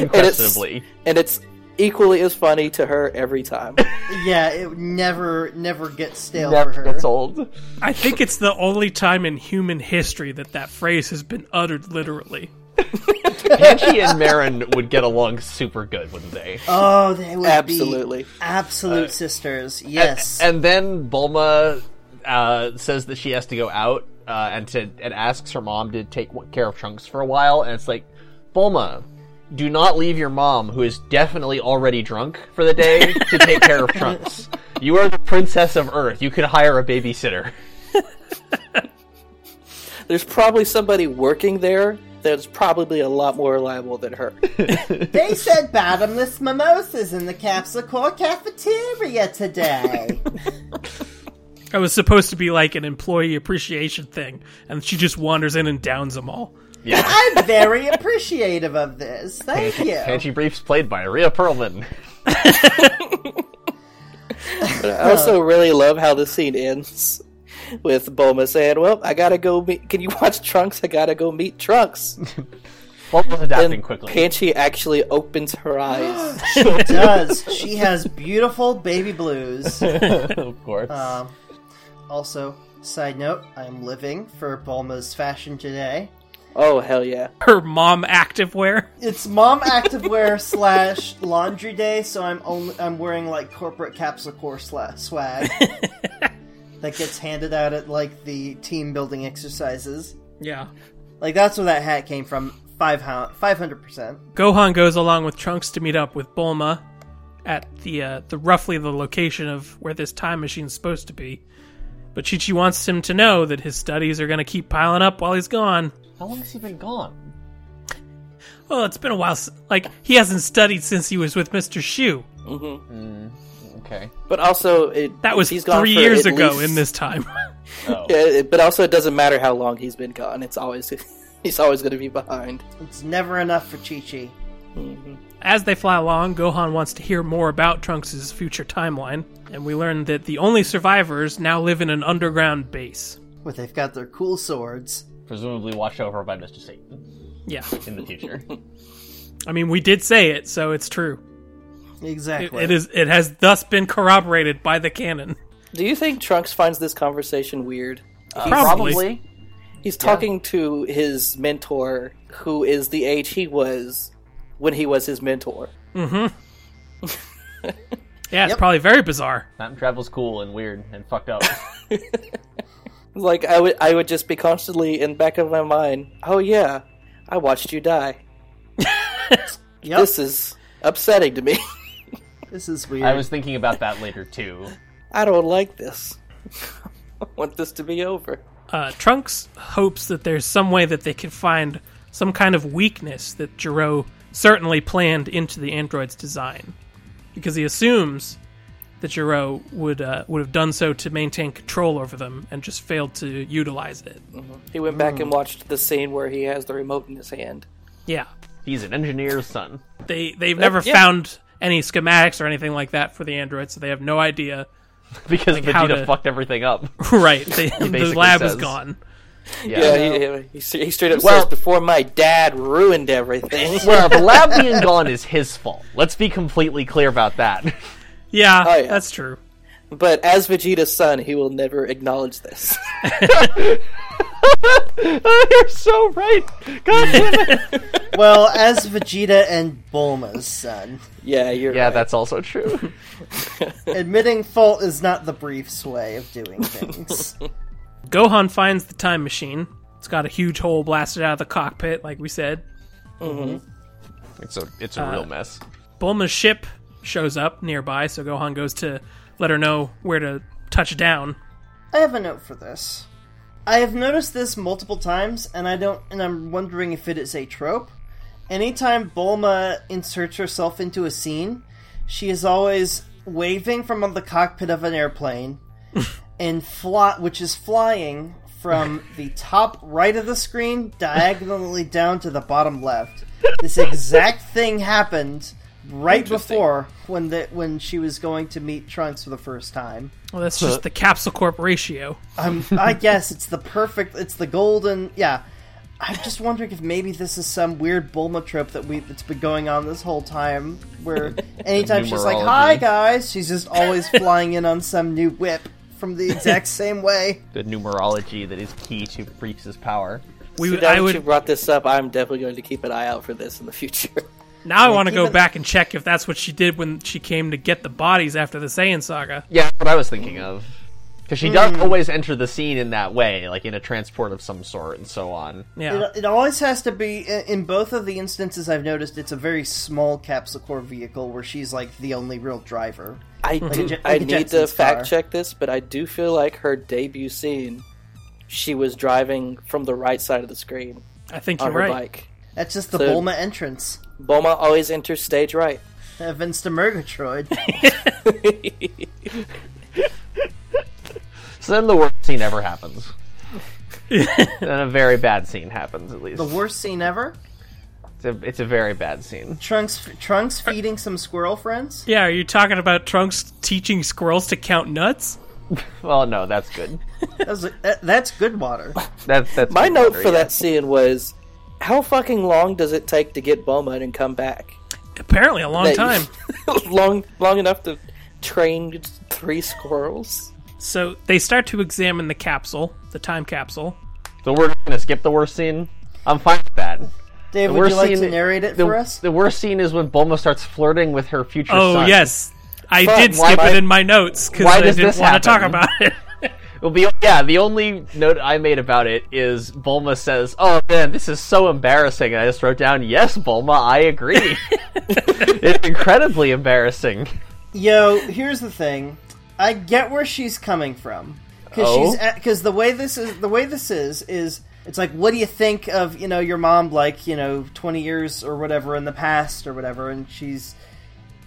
unquestionably.
and it's equally as funny to her every time.
Yeah, it never never gets stale
That-
for her.
that's old.
I think it's the only time in human history that that phrase has been uttered literally.
Panchi and Marin would get along super good, wouldn't they?
Oh, they would be
Absolutely.
absolute
Uh,
sisters.
e-,
Yes,
And then Bulma uh, says that she has to go out uh, and to and asks her mom to take care of Trunks for a while, and it's like, Bulma, do not leave your mom, who is definitely already drunk for the day, to take care of Trunks. You are the princess of Earth. You could hire a babysitter.
There's probably somebody working there that's probably a lot more reliable than her.
they said bottomless mimosas in the Capsule Core cafeteria today.
It was supposed to be like an employee appreciation thing, and she just wanders in and downs them all.
Yeah.
I'm very appreciative of this. Thank you.
Panchi Briefs played by Rhea Perlman.
But I also really love how the scene ends with Bulma saying, "Well, I gotta go meet. Can you watch Trunks? I gotta go meet Trunks."
Bulma's adapting
And
quickly.
Panchi actually opens her eyes.
Does she has beautiful baby blues?
of course.
Also, side note, I'm living for Bulma's fashion today.
oh hell yeah!
Her mom activewear.
It's mom activewear slash laundry day, so I'm only I'm wearing like corporate capsule core sla- swag that gets handed out at like the team building exercises.
Yeah.
Like that's where that hat came from. Five hundred percent.
Gohan goes along with Trunks to meet up with Bulma at the uh, the roughly the location of where this time machine's supposed to be. But Chichi wants him to know that his studies are going to keep piling up while he's gone.
How long has he been gone?
Well, it's been a while. s- Like he hasn't studied since he was with Mister Shu.
Okay.
But also, it,
That was
he's gone
three
for
years
at
ago.
least-
In this time,
Oh.
Yeah, it- but also, it doesn't matter how long he's been gone. It's always he's always going to be behind.
It's never enough for Chi Chi.
as they fly along, Gohan wants to hear more about Trunks' future timeline, and we learn that the only survivors now live in an underground base.
Where they've got their cool swords.
Presumably watched over by Mr. Satan
Yeah,
in the future.
I mean we did say it, so it's true. It-
Exactly.
it is. It has thus been corroborated by the canon.
Do you think Trunks finds this conversation weird?
Probably.
He's talking to his mentor, who is the age he was when he was his mentor.
Yeah, it's probably very bizarre.
Time travel's cool and weird and fucked up.
Like I would, I would just be constantly in the back of my mind. Oh yeah, I watched you die.
Yep.
This is upsetting to me.
This is weird.
I was thinking about that later too.
I don't like this. I want this to be over.
Uh, Trunks hopes that there's some way that they can find some kind of weakness that Jiro certainly planned into the android's design, because he assumes that Jiro would uh, would have done so to maintain control over them and just failed to utilize it.
He went back and watched the scene where he has the remote in his hand.
Yeah,
He's an engineer's son.
They they've never
yeah.
found any schematics or anything like that for the android, so they have no idea.
because
how
Vegeta
to-
fucked everything up.
right, they, the
basically
lab is
says.
gone.
Yeah, he, he, he, he straight up
Well-
says, "Before my dad ruined everything."
well, the lab being gone is his fault. Let's be completely clear about that.
Yeah,
Oh, yeah.
that's true.
but as Vegeta's son, he will never acknowledge this.
Oh, You're so right. God damn it.
Well, as Vegeta and Bulma's son,
yeah, you're.
Yeah,
right.
that's also true.
admitting fault is not the brief's way of doing things.
Gohan finds the time machine. It's got a huge hole blasted out of the cockpit, like we said.
It's a it's a
Uh,
real mess.
Bulma's ship shows up nearby, so Gohan goes to let her know where to touch down.
I have a note for this. I have noticed this multiple times, and I don't, and I'm wondering if it is a trope. Anytime Bulma inserts herself into a scene, she is always waving from the cockpit of an airplane, and fly, which is flying from the top right of the screen diagonally down to the bottom left. This exact thing happened right before when the, when she was going to meet Trunks for the first time.
Well, that's just the capsule corp ratio.
I'm, I guess it's the perfect. It's the golden. Yeah. I'm just wondering if maybe this is some weird Bulma trope that we that's been going on this whole time. Where anytime she's like,
Numerology.
"Hi guys," she's just always flying in on some new whip from the exact same way.
The numerology that is key to Briefs' power.
We,
Now
I
that
would
you brought this up, I'm definitely going to keep an eye out for this in the future.
now. I want to go
even-
back and check if that's what she did when she came to get the bodies after the Saiyan saga.
Yeah, that's what I was thinking of. Because she does
Hmm.
always enter the scene in that way, like in a transport of some sort and so on.
Yeah,
It, it always has to be in in both of the instances I've noticed. It's a very small Capsicore vehicle where she's like the only real driver.
I do.
jet-
I
like a
need to
Jetsons
fact
car.
check this, but I do feel like her debut scene, she was driving from the right side of the screen
I think
on
you're
her
right.
bike.
That's just the
So-
Bulma entrance.
Bulma always enters stage right.
Evans to Murgatroyd.
So then the worst scene ever happens. then a very bad scene happens, at least.
the worst scene ever.
It's a, it's a very bad scene.
Trunks Trunks feeding some squirrel friends.
Yeah, are you talking about Trunks teaching squirrels to count nuts?
Well, no, that's good.
That was a, that, that's good water.
That's that's
My
good
note
order,
for
yeah.
that scene was, how fucking long does it take to get Bulma and come back?
Apparently, a long
That-
time.
long, long enough to train three squirrels.
So they start to examine the capsule, the time capsule.
So we're gonna skip the worst scene. I'm fine with that.
Dave,
The
would
worst
you like
scene-
to narrate it
the,
for us?
The worst scene is when Bulma starts flirting with her future
Oh
son.
yes, I
Fuck,
did
why-
skip
why-
it in my notes because
why
I
does
didn't
this
want to talk
happen?
about it.
It'll be yeah. The only note I made about it is Bulma says, "Oh man, this is so embarrassing." And I just wrote down, "Yes, Bulma, I agree." it's incredibly embarrassing.
Yo, here's the thing. I get where she's coming from because
Oh?
she's because the way this is the way this is is it's like what do you think of you know your mom like you know twenty years or whatever in the past or whatever and she's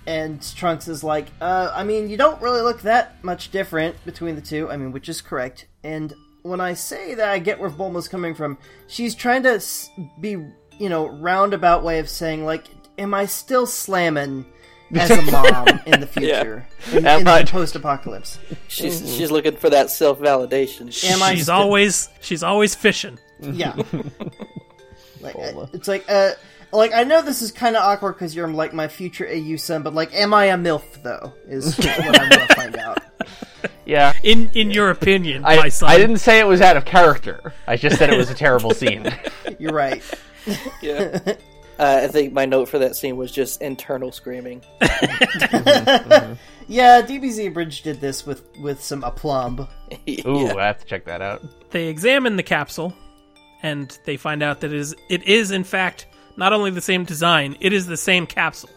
and Trunks is like uh, I mean you don't really look that much different between the two I mean which is correct and when I say that I get where Bulma's coming from she's trying to s- be you know roundabout way of saying like am I still slamming as a mom in the future in,
Am
in
I-
the post apocalypse
She's she's looking for that self validation.
Am I
she's
still-
always she's always fishing.
Yeah. like, uh, it's like, uh, like I know this is kind of awkward because you're like my future AU son, but like, am I a milf though? Is what I'm gonna find out.
Yeah,
In in your opinion, my
I,
son.
I didn't say it was out of character. I just said it was a terrible scene.
You're right.
Yeah. Uh, I think my note for that scene was just internal screaming.
Yeah, DBZ Bridge did this with with some aplomb.
Ooh, I have to check that out.
They examine the capsule, and they find out that it is it is in fact not only the same design, it is the same capsule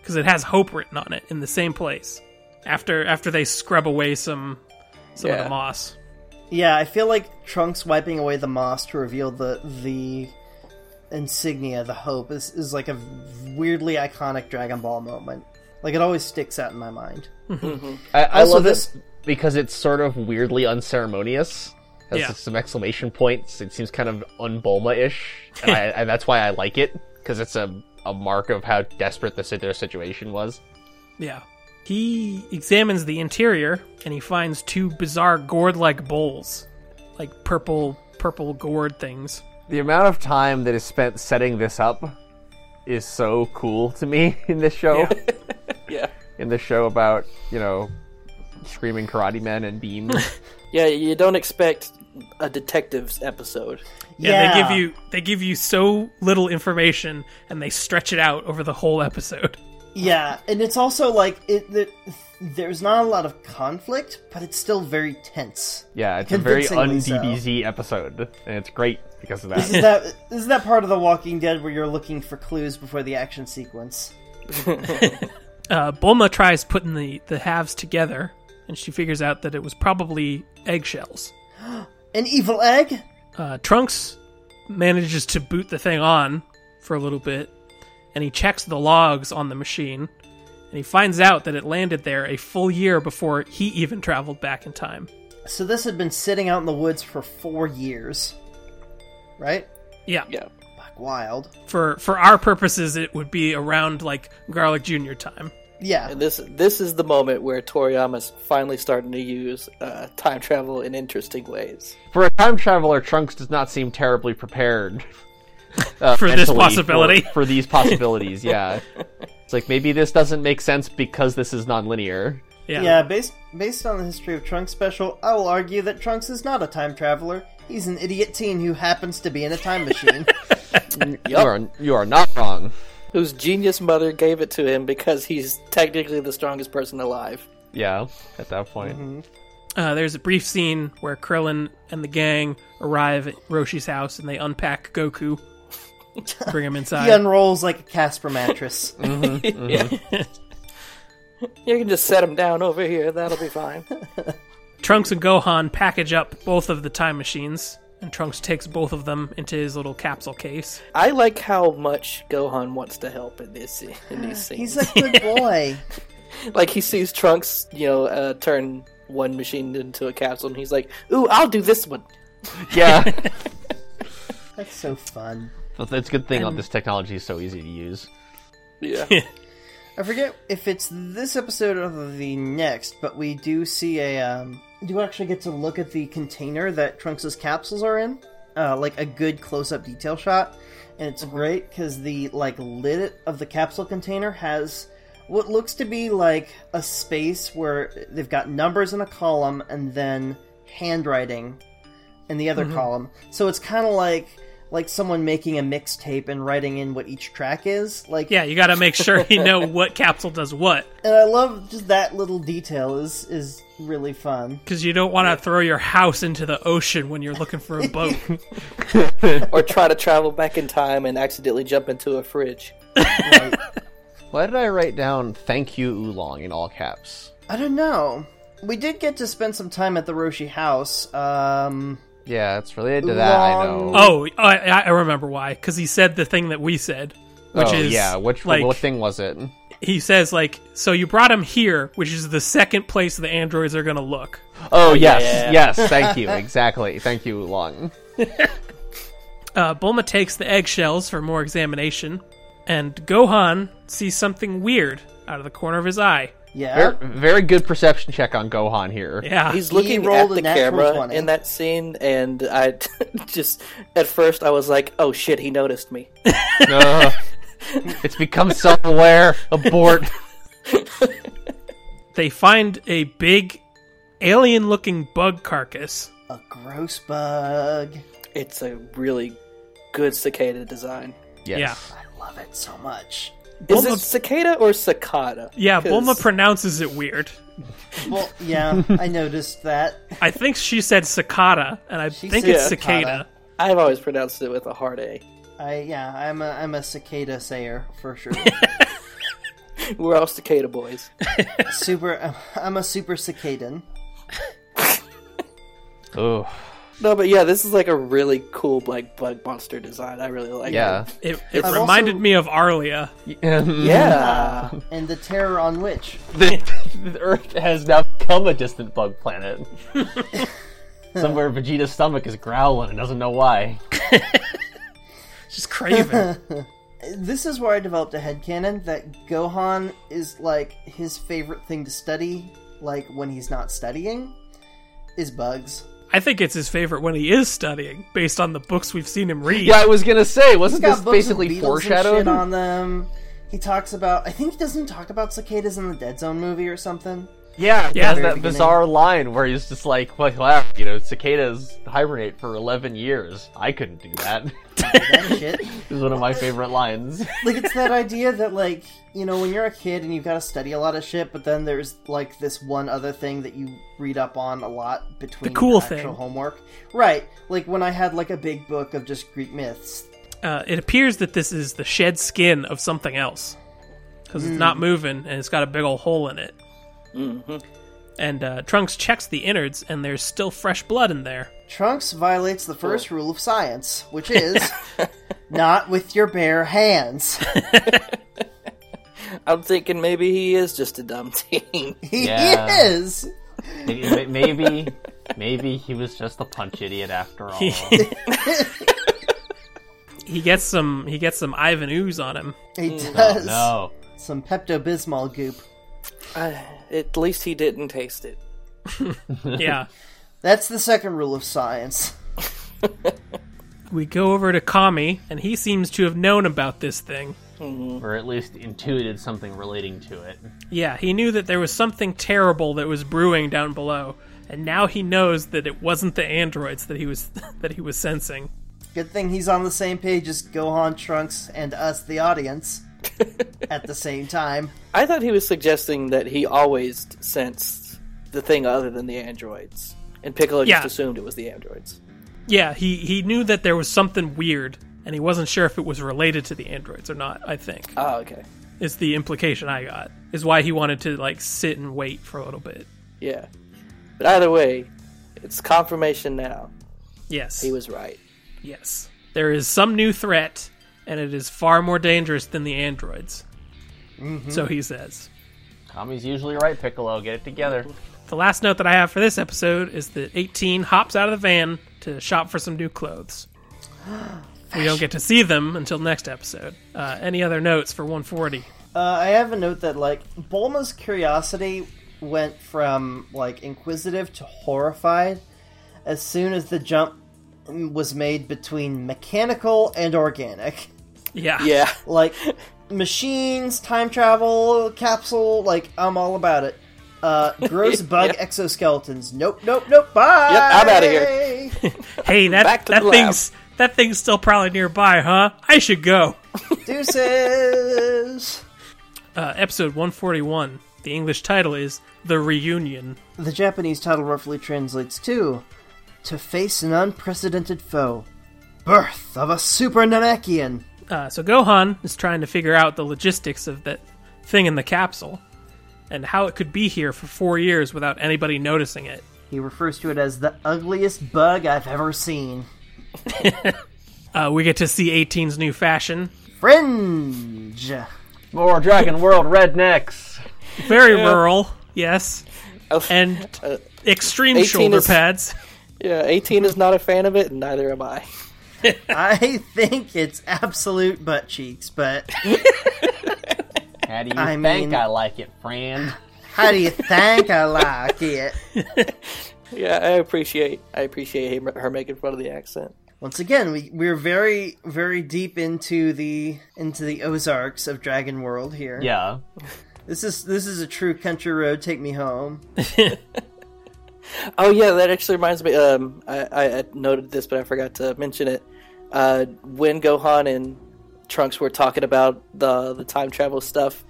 because it has hope written on it in the same place. After after they scrub away some some of
Yeah.
the moss.
Yeah, I feel like Trunks wiping away the moss to reveal the the insignia, the hope, is is like a weirdly iconic Dragon Ball moment. Like it always sticks out in my mind.
I, I
Also,
love
this-
this because it's sort of weirdly unceremonious. Has
Yeah.
some exclamation points. It seems kind of unbulma ish, and, I- and that's why I like it because it's a a mark of how desperate the si- their situation was.
Yeah. He examines the interior and he finds two bizarre gourd-like bowls, like purple purple gourd things.
The amount of time that is spent setting this up is so cool to me in this show.
Yeah.
Yeah.
in the show about you know screaming karate men and beams.
Yeah, you don't expect a detectives episode.
Yeah, they give you they give you so little information and they stretch it out over the whole episode.
Yeah, and it's also like it. The, there's not a lot of conflict, but it's still very tense.
yeah, it's a very un
Convincingly so.
DBZ episode, and it's great because of
This is
that.
that this is that part of The Walking Dead where you're looking for clues before the action sequence.
Uh, Bulma tries putting the the halves together and she figures out that it was probably eggshells.
An evil egg.
Uh, Trunks manages to boot the thing on for a little bit, and he checks the logs on the machine, and he finds out that it landed there a full year before he even traveled back in time.
So this had been sitting out in the woods for four years, right?
Yeah,
Yeah.
Fuck, wild.
for for our purposes, it would be around like Garlic Junior time.
Yeah,
And this this is the moment where Toriyama's finally starting to use uh, time travel in interesting ways.
For a time traveler, Trunks does not seem terribly prepared uh,
For this
mentally
possibility.
For, for these possibilities, yeah. It's like maybe this doesn't make sense because this is nonlinear.
Yeah,
yeah. Based based on the history of Trunks special, I will argue that Trunks is not a time traveler. He's an idiot teen who happens to be in a time machine.
You are you are not wrong.
Whose genius mother gave it to him because he's technically the strongest person alive.
Yeah, at that point.
Uh, there's a brief scene where Krillin and the gang arrive at Roshi's house, and they unpack Goku, bring him inside.
he unrolls like a Casper mattress.
You can just set him down over here. That'll be fine.
Trunks and Gohan package up both of the time machines, and Trunks takes both of them into his little capsule case.
I like how much Gohan wants to help in this in these scenes.
He's a good boy.
like he sees Trunks, you know, uh, turn one machine into a capsule, and he's like, "Ooh, I'll do this one."
Yeah,
That's so fun.
But it's a good thing this technology is so easy to use.
Yeah.
I forget if it's this episode or the next, but we do see a. Um, do you actually get to look at the container that Trunks' capsules are in? Uh, like a good close-up detail shot, and it's great because the like lid of the capsule container has what looks to be like a space where they've got numbers in a column and then handwriting in the other column. So it's kind of like like someone making a mixtape and writing in what each track is. Like
Yeah, you got to make sure you know what capsule does what
and I love just that little detail is is really fun.
because you don't want to throw your house into the ocean when you're looking for a boat.
or try to travel back in time and accidentally jump into a fridge.
Why did I write down "Thank you, Oolong" in all caps?
I don't know. We did get to spend some time at the Roshi house. Um,
Yeah, it's related to that. I know.
Oolong.
oh, I, I remember why because he said the thing that we said, which
oh,
is
yeah, which
like Oh,
what thing was it?
he says like so you brought him here, which is the second place the androids are gonna look.
Oh yes, yes. Thank you, exactly. Thank you, Long.
Uh, Bulma takes the eggshells for more examination, and Gohan sees something weird out of the corner of his eye.
yeah,
Very, very good perception check on Gohan here.
Yeah,
He's looking
rolled
at
a
the
natural
camera
20.
in that scene, and I just at first I was like, "Oh shit, he noticed me."
Ugh. Uh, it's become self-aware. Abort.
they find a big alien-looking bug carcass.
a gross bug.
It's a really good cicada design.
Yes.
I love it so much.
Is
Bulma-
it cicada or cicada?
Yeah, yeah.
'Cause-
Bulma pronounces it weird.
Well, yeah, I noticed that.
I think she said cicada, and I
She
think
said
it's
cicada.
cicada.
I've always pronounced it with a hard A.
I yeah, I'm a I'm a cicada sayer for sure.
We're all cicada boys.
super, I'm a super cicadan.
Ooh.
No, but yeah, this is like a really cool like bug monster design. I really like.
Yeah.
it.
It, it
I've
reminded
also-
me of Arlia.
Yeah.
And the terror on which
the, the Earth has now become a distant bug planet. Somewhere Vegeta's stomach is growling and doesn't know why.
Just craving.
this is where I developed a headcanon that Gohan is like his favorite thing to study, like when he's not studying, is bugs.
I think it's his favorite when he is studying, based on the books we've seen him read.
Yeah, I was gonna say, wasn't
He's got
this
books with
basically
beetles and
foreshadowed?
shit on them. He talks about I think he doesn't talk about cicadas in the Dead Zone movie or something.
Yeah,
Yeah.
yeah.
Very
That
beginning.
bizarre line where he's just like, "Well, wow, you know, cicadas hibernate for eleven years. I couldn't do that."
That shit.
is one of my favorite lines.
Like it's that idea that like, you know, when you're a kid and you've got to study a lot of shit, but then there's like this one other thing that you read up on a lot between
The cool
your actual
thing.
homework. Right. Like when I had like a big book of just Greek myths.
Uh, it appears that this is the shed skin of something else because it's not moving and it's got a big old hole in it. And uh, Trunks checks the innards, and there's still fresh blood in there.
Trunks violates the first rule of science, which is not with your bare hands.
I'm thinking maybe he is just a dumb teen.
He
Yeah.
is.
Maybe, maybe, maybe he was just a punch idiot after all.
He gets some. He gets some Ivan ooze on him.
He does.
Mm. no,
Some Pepto Bismol goop.
I, at least he didn't taste it.
Yeah.
That's the second rule of science.
we go over to Kami, and he seems to have known about this thing.
or at least intuited something relating to it.
Yeah, he knew that there was something terrible that was brewing down below, and now he knows that it wasn't the androids that he was that he was sensing.
Good thing he's on the same page as Gohan, Trunks, and us, the audience, at the same time.
I thought he was suggesting that he always sensed the thing other than the androids, and Piccolo just
Yeah.
assumed it was the androids.
Yeah, he he knew that there was something weird, and he wasn't sure if it was related to the androids or not. I think
Oh, okay.
is the implication I got is why he wanted to like sit and wait for a little bit.
Yeah. But either way, it's confirmation now.
Yes,
He was right.
yes. There is some new threat, and it is far more dangerous than the androids.
Mm-hmm.
So he says.
Tommy's usually right, Piccolo. Get it together.
The last note that I have for this episode is that 18 hops out of the van to shop for some new clothes. We don't get to see them until next episode. Uh, any other notes for 140?
Uh, I have a note that, like, Bulma's curiosity went from, like, inquisitive to horrified as soon as the jump was made between mechanical and organic.
Yeah.
Yeah.
like machines, time travel, capsule, like I'm all about it. Uh, gross bug exoskeletons. Nope, nope, nope. Bye.
Yep, I'm outta
here,
Hey,
Back
that
to the
that
lab.
thing's that thing's still probably nearby, huh? I should go.
deuces.
Uh, episode 141. The English title is The Reunion.
The Japanese title roughly translates to "To face an unprecedented foe, birth of a super Namekian."
Uh, so Gohan is trying to figure out the logistics of that thing in the capsule and how it could be here for 4 years without anybody noticing it.
He refers to it as the ugliest bug I've ever seen.
Uh, we get to see 18's new fashion.
Fringe.
More Dragon World rednecks.
very rural, yes,
Oh,
and extreme
18
shoulder
is-
pads.
yeah, 18 is not a fan of it, and neither am I.
I think it's absolute butt cheeks, but
How do you
I
think
mean-
I like it, friend?
How do you think I like it?
Yeah, I appreciate I appreciate him, her making fun of the accent.
Once again, we we're very very deep into the into the Ozarks of Dragon World here.
Yeah.
This is this is a true country road. Take me home.
Oh yeah, that actually reminds me. Um, I, I had noted this, but I forgot to mention it. Uh, when Gohan and Trunks were talking about the the time travel stuff,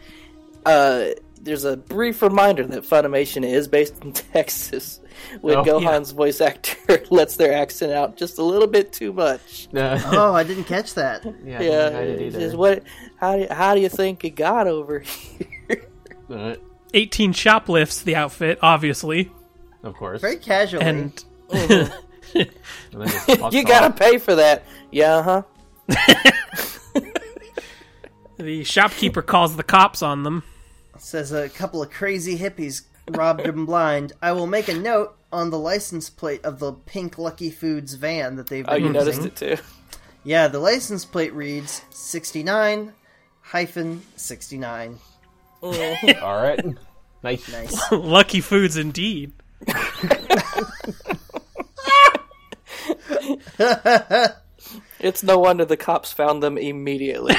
uh, there's a brief reminder that Funimation is based in Texas. When
Oh, yeah.
Gohan's voice actor lets their accent out just a little bit too much.
yeah.
Oh, I didn't catch that.
Yeah.
Yeah,
I did
it's
either.
just, what? How do, how do you think it got over here?
Uh,
18 shoplifts the outfit, obviously,
of course.
Very casually.
and
And then just fucks
You
off.
gotta pay for that. Yeah, uh-huh. huh?
the shopkeeper calls the cops on them.
Says a couple of crazy hippies robbed him blind. I will make a note on the license plate of the pink Lucky Foods van that they've been
Mm-hmm.
Oh, you
using.
noticed it too.
Yeah, the license plate reads 69 hyphen 69.
All right. Nice.
Nice.
Lucky foods indeed.
It's no wonder the cops found them immediately.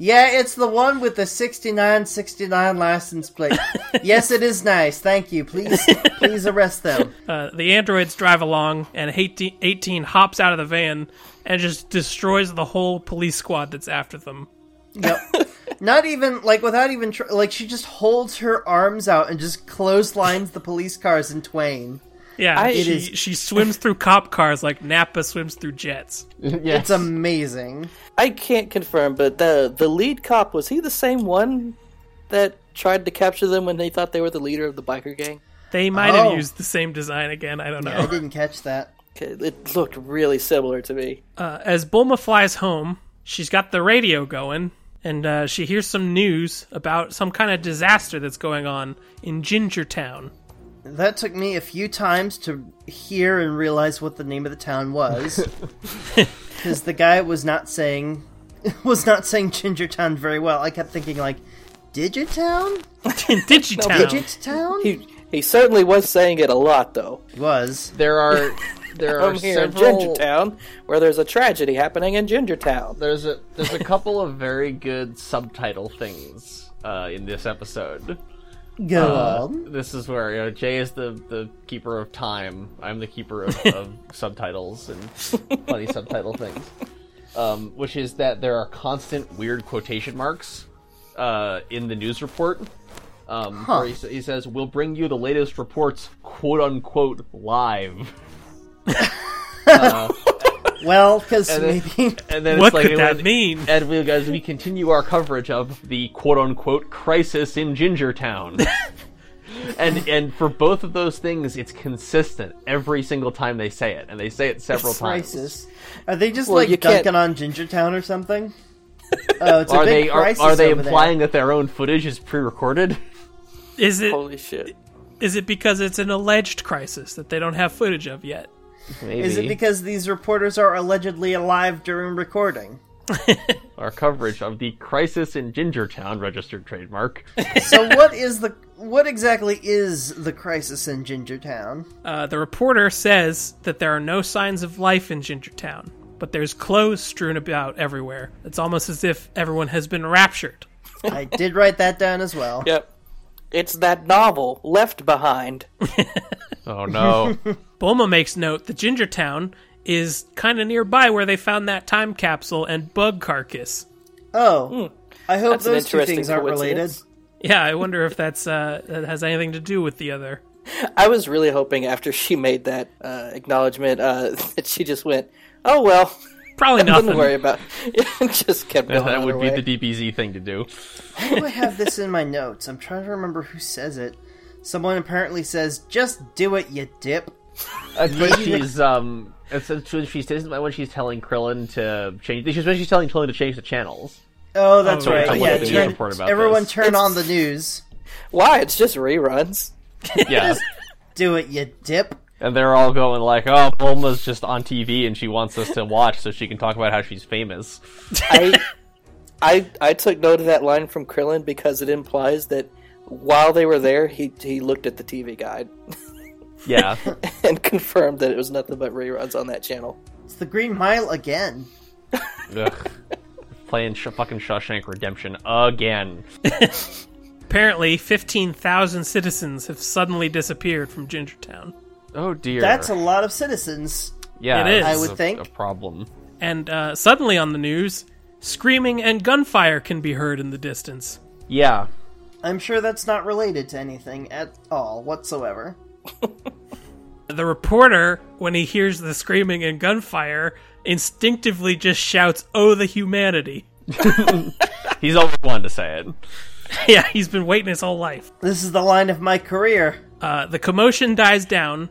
Yeah, it's the one with the 6969 license plate. yes, it is nice. Thank you. Please please arrest them.
Uh, the androids drive along, and 18, 18 hops out of the van and just destroys the whole police squad that's after them.
Yep. Not even like without even tr- like she just holds her arms out and just clotheslines the police cars in twain.
Yeah,
I-
she,
It is-
she swims through cop cars like Napa swims through jets.
It's amazing.
I can't confirm, but the the lead cop was he the same one that tried to capture them when they thought they were the leader of the biker gang?
They might have
Oh.
used the same design again. I don't know.
I didn't catch that.
'Kay, It looked really similar to me.
Uh, as Bulma flies home, she's got the radio going, and uh, she hears some news about some kind of disaster that's going on in Gingertown.
That took me a few times to hear and realize what the name of the town was, because the guy was not saying was not saying Gingertown very well. I kept thinking like, Digitown,
in Digitown.
Digitown.
He he certainly was saying it a lot though.
He was.
There are there are
I'm here in
several
Gingertown, where there's a tragedy happening in Gingertown.
there's a there's a couple of very good subtitle things uh, in this episode.
Go
Uh,
on.
this is where you know Jay is the, the keeper of time. I'm the keeper of, of subtitles and funny subtitle things. Um, which is that there are constant weird quotation marks uh, in the news report. Um,
Huh.
Where he, sa- he says, "We'll bring you the latest reports, quote unquote, live."
Well, because
and then-
maybe
And then
What
it's like,
could that
and-
mean?
And we, as we continue our coverage of the quote unquote crisis in Gingertown. and and for both of those things, it's consistent every single time they say it, and they say it several times.
crisis. Are they just
Well, you
like
can't-
dunking on Gingertown or something? Oh, it's a
Are
big
they are,
crisis
are they
over there.
implying that their own footage is pre-recorded?
Is it
Holy shit!
is it because it's an alleged crisis that they don't have footage of yet?
Maybe
Is it because these reporters are allegedly alive during recording?
our coverage of the crisis in Gingertown registered trademark?
So what is the what exactly is the crisis in Gingertown?
Uh, the reporter says that there are no signs of life in Gingertown, but there's clothes strewn about everywhere. It's almost as if everyone has been raptured.
I did write that down as well.
Yep, it's that novel Left Behind.
Oh no!
Bulma makes note that Gingertown is kind of nearby where they found that time capsule and bug carcass.
Hmm.
Oh, I hope
That's an
those two
interesting
things aren't related.
coincidence.
Yeah, I wonder if that's uh, that has anything to do with the other.
I was really hoping after she made that uh, acknowledgement uh, that she just went, "Oh well,
Probably
nothing
nothing.
to worry about." and just kept going.
that
on
would
her
be
way.
the DBZ thing to do.
Why do I have this in my notes? I'm trying to remember who says it. Someone apparently says, "Just do it, you dip."
That's when she's um. It's, it's when she's isn't that when she's telling Krillin to change. She's when she's telling Krillin to change the channels.
Oh, that's
Oh,
right.
I
Yeah,
wanted to do a
turn-
report about
everyone
this.
turn
It's-
on the news.
Why? It's just reruns.
Yeah,
Do it, you dip.
and they're all going like, "Oh, Bulma's just on TV and she wants us to watch so she can talk about how she's famous."
I, I, I took note of that line from Krillin because it implies that while they were there, he he looked at the TV guide
Yeah,
and confirmed that it was nothing but reruns on that channel.
It's the Green Mile again.
Ugh. playing sh- fucking Shawshank Redemption again.
Apparently, fifteen thousand citizens have suddenly disappeared from Gingertown,
Oh dear,
That's a lot of citizens.
yeah.
It is.
this
I
would
a-
think.
a problem.
and uh, suddenly on the news, screaming and gunfire can be heard in the distance.
Yeah,
I'm sure that's not related to anything at all whatsoever.
The reporter, when he hears the screaming and gunfire, instinctively just shouts, "Oh, the humanity!"
he's always wanted to say it.
yeah, he's been waiting his whole life.
This is the line of my career.
Uh, the commotion dies down,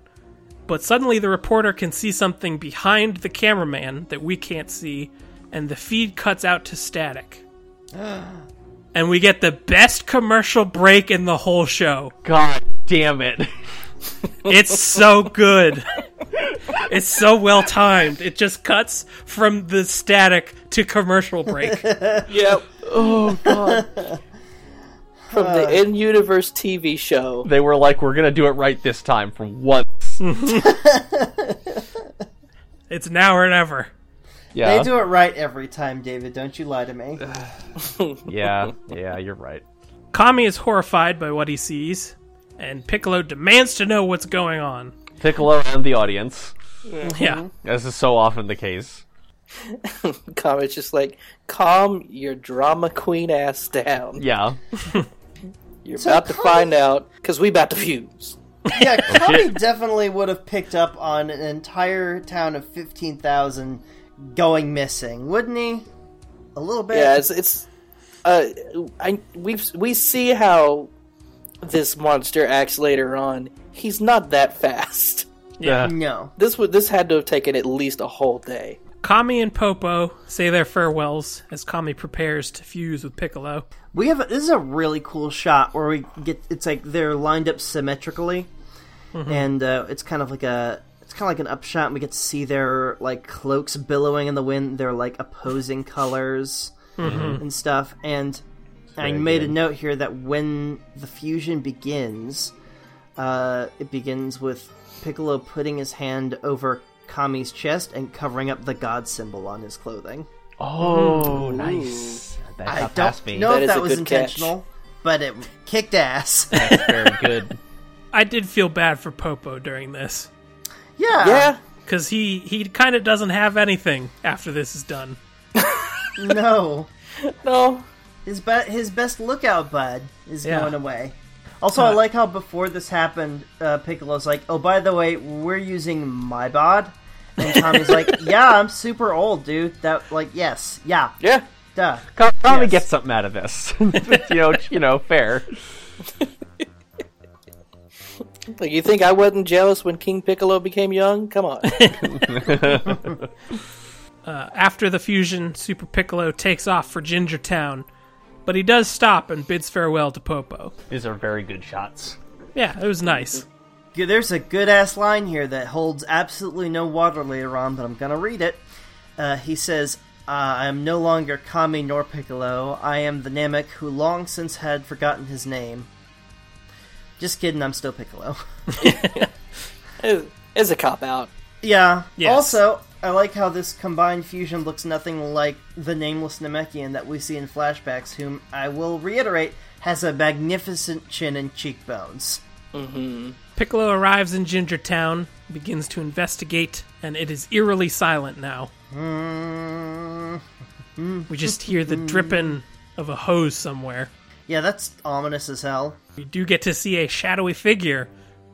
but suddenly the reporter can see something behind the cameraman that we can't see, and the feed cuts out to static. and we get the best commercial break in the whole show.
God damn it!
It's so good. It's so well timed. It just cuts from the static to commercial break.
Yep. Oh god. From the in-universe TV show.
They were like, we're gonna do it right this time for once.
It's now or never.
Yeah,
They do it right every time, David. Don't you lie to me.
yeah, yeah. You're right.
Kami is horrified by what he sees, and Piccolo demands to know what's going on.
Piccolo and the audience,
Yeah.
as is so often the case.
Comet's just like, calm your drama queen ass down.
Yeah,
You're about to find out because we about to fuse.
yeah,
Oh,
Kami definitely would have picked up on an entire town of 15,000 going missing, wouldn't he? A little bit.
Yeah, it's it's. Uh, I we we see how this monster acts later on. He's not that fast.
yeah.
no.
This would this had to have taken at least a whole day.
Kami and Popo say their farewells as Kami prepares to fuse with Piccolo.
We have a, this is a really cool shot where we get it's like they're lined up symmetrically, and uh, it's kind of like a it's kind of like an upshot. And we get to see their like cloaks billowing in the wind. They're like opposing colors and stuff. And I made a note here that when the fusion begins, uh, it begins with Piccolo putting his hand over Kami's chest and covering up the god symbol on his clothing.
Oh, nice. That
I
got
don't
past me.
know
That
if
is
that
a
was
good catch.
intentional, but it kicked ass.
That's very good.
I did feel bad for Popo during this
yeah.
Yeah,
because he he kind of doesn't have anything after this is done.
No.
no,
His be- his best lookout bud is
Yeah.
going away. Also, I like how before this happened, uh, Piccolo's like, "Oh, by the way, we're using my bod," and Tommy's like, "Yeah, I'm super old, dude. That like, yes, yeah,
yeah.
duh."
Ka- Kami
Yes.
gets something out of this. you know, you know, fair.
Like you think I wasn't jealous when King Piccolo became young? Come on.
Uh, After the fusion, Super Piccolo takes off for Ginger Town, but he does stop and bids farewell to Popo.
These are very good shots.
Yeah, it was nice.
Yeah, There's a good ass line here that holds absolutely no water later on, but I'm gonna read it. Uh, he says, uh, "I am no longer Kami nor Piccolo. I am the Namek who long since had forgotten his name." Just kidding, I'm still Piccolo.
It- It's a cop out.
Yeah.
Yes.
Also, I like how this combined fusion looks nothing like the nameless Namekian that we see in flashbacks, whom I will reiterate has a magnificent chin and cheekbones.
Piccolo arrives in Ginger Town, begins to investigate, and it is eerily silent now.
Mm,
We just hear the dripping of a hose somewhere.
Yeah, that's ominous as hell.
We do get to see a shadowy figure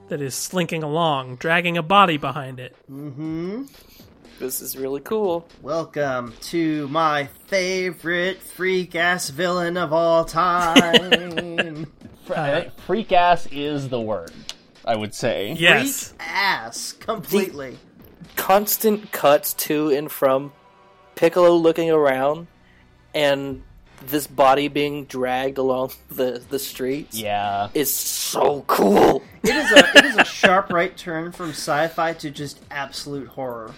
that is slinking along, dragging a body behind it.
This is really cool.
Welcome to my favorite freak ass villain of all time.
uh, Freak ass is the word. I would say.
Yes.
Freak ass completely.
Constant cuts to and from Piccolo looking around and this body being dragged along the, the streets
Yeah.
is so cool.
it is a it is a sharp right turn from sci-fi to just absolute horror.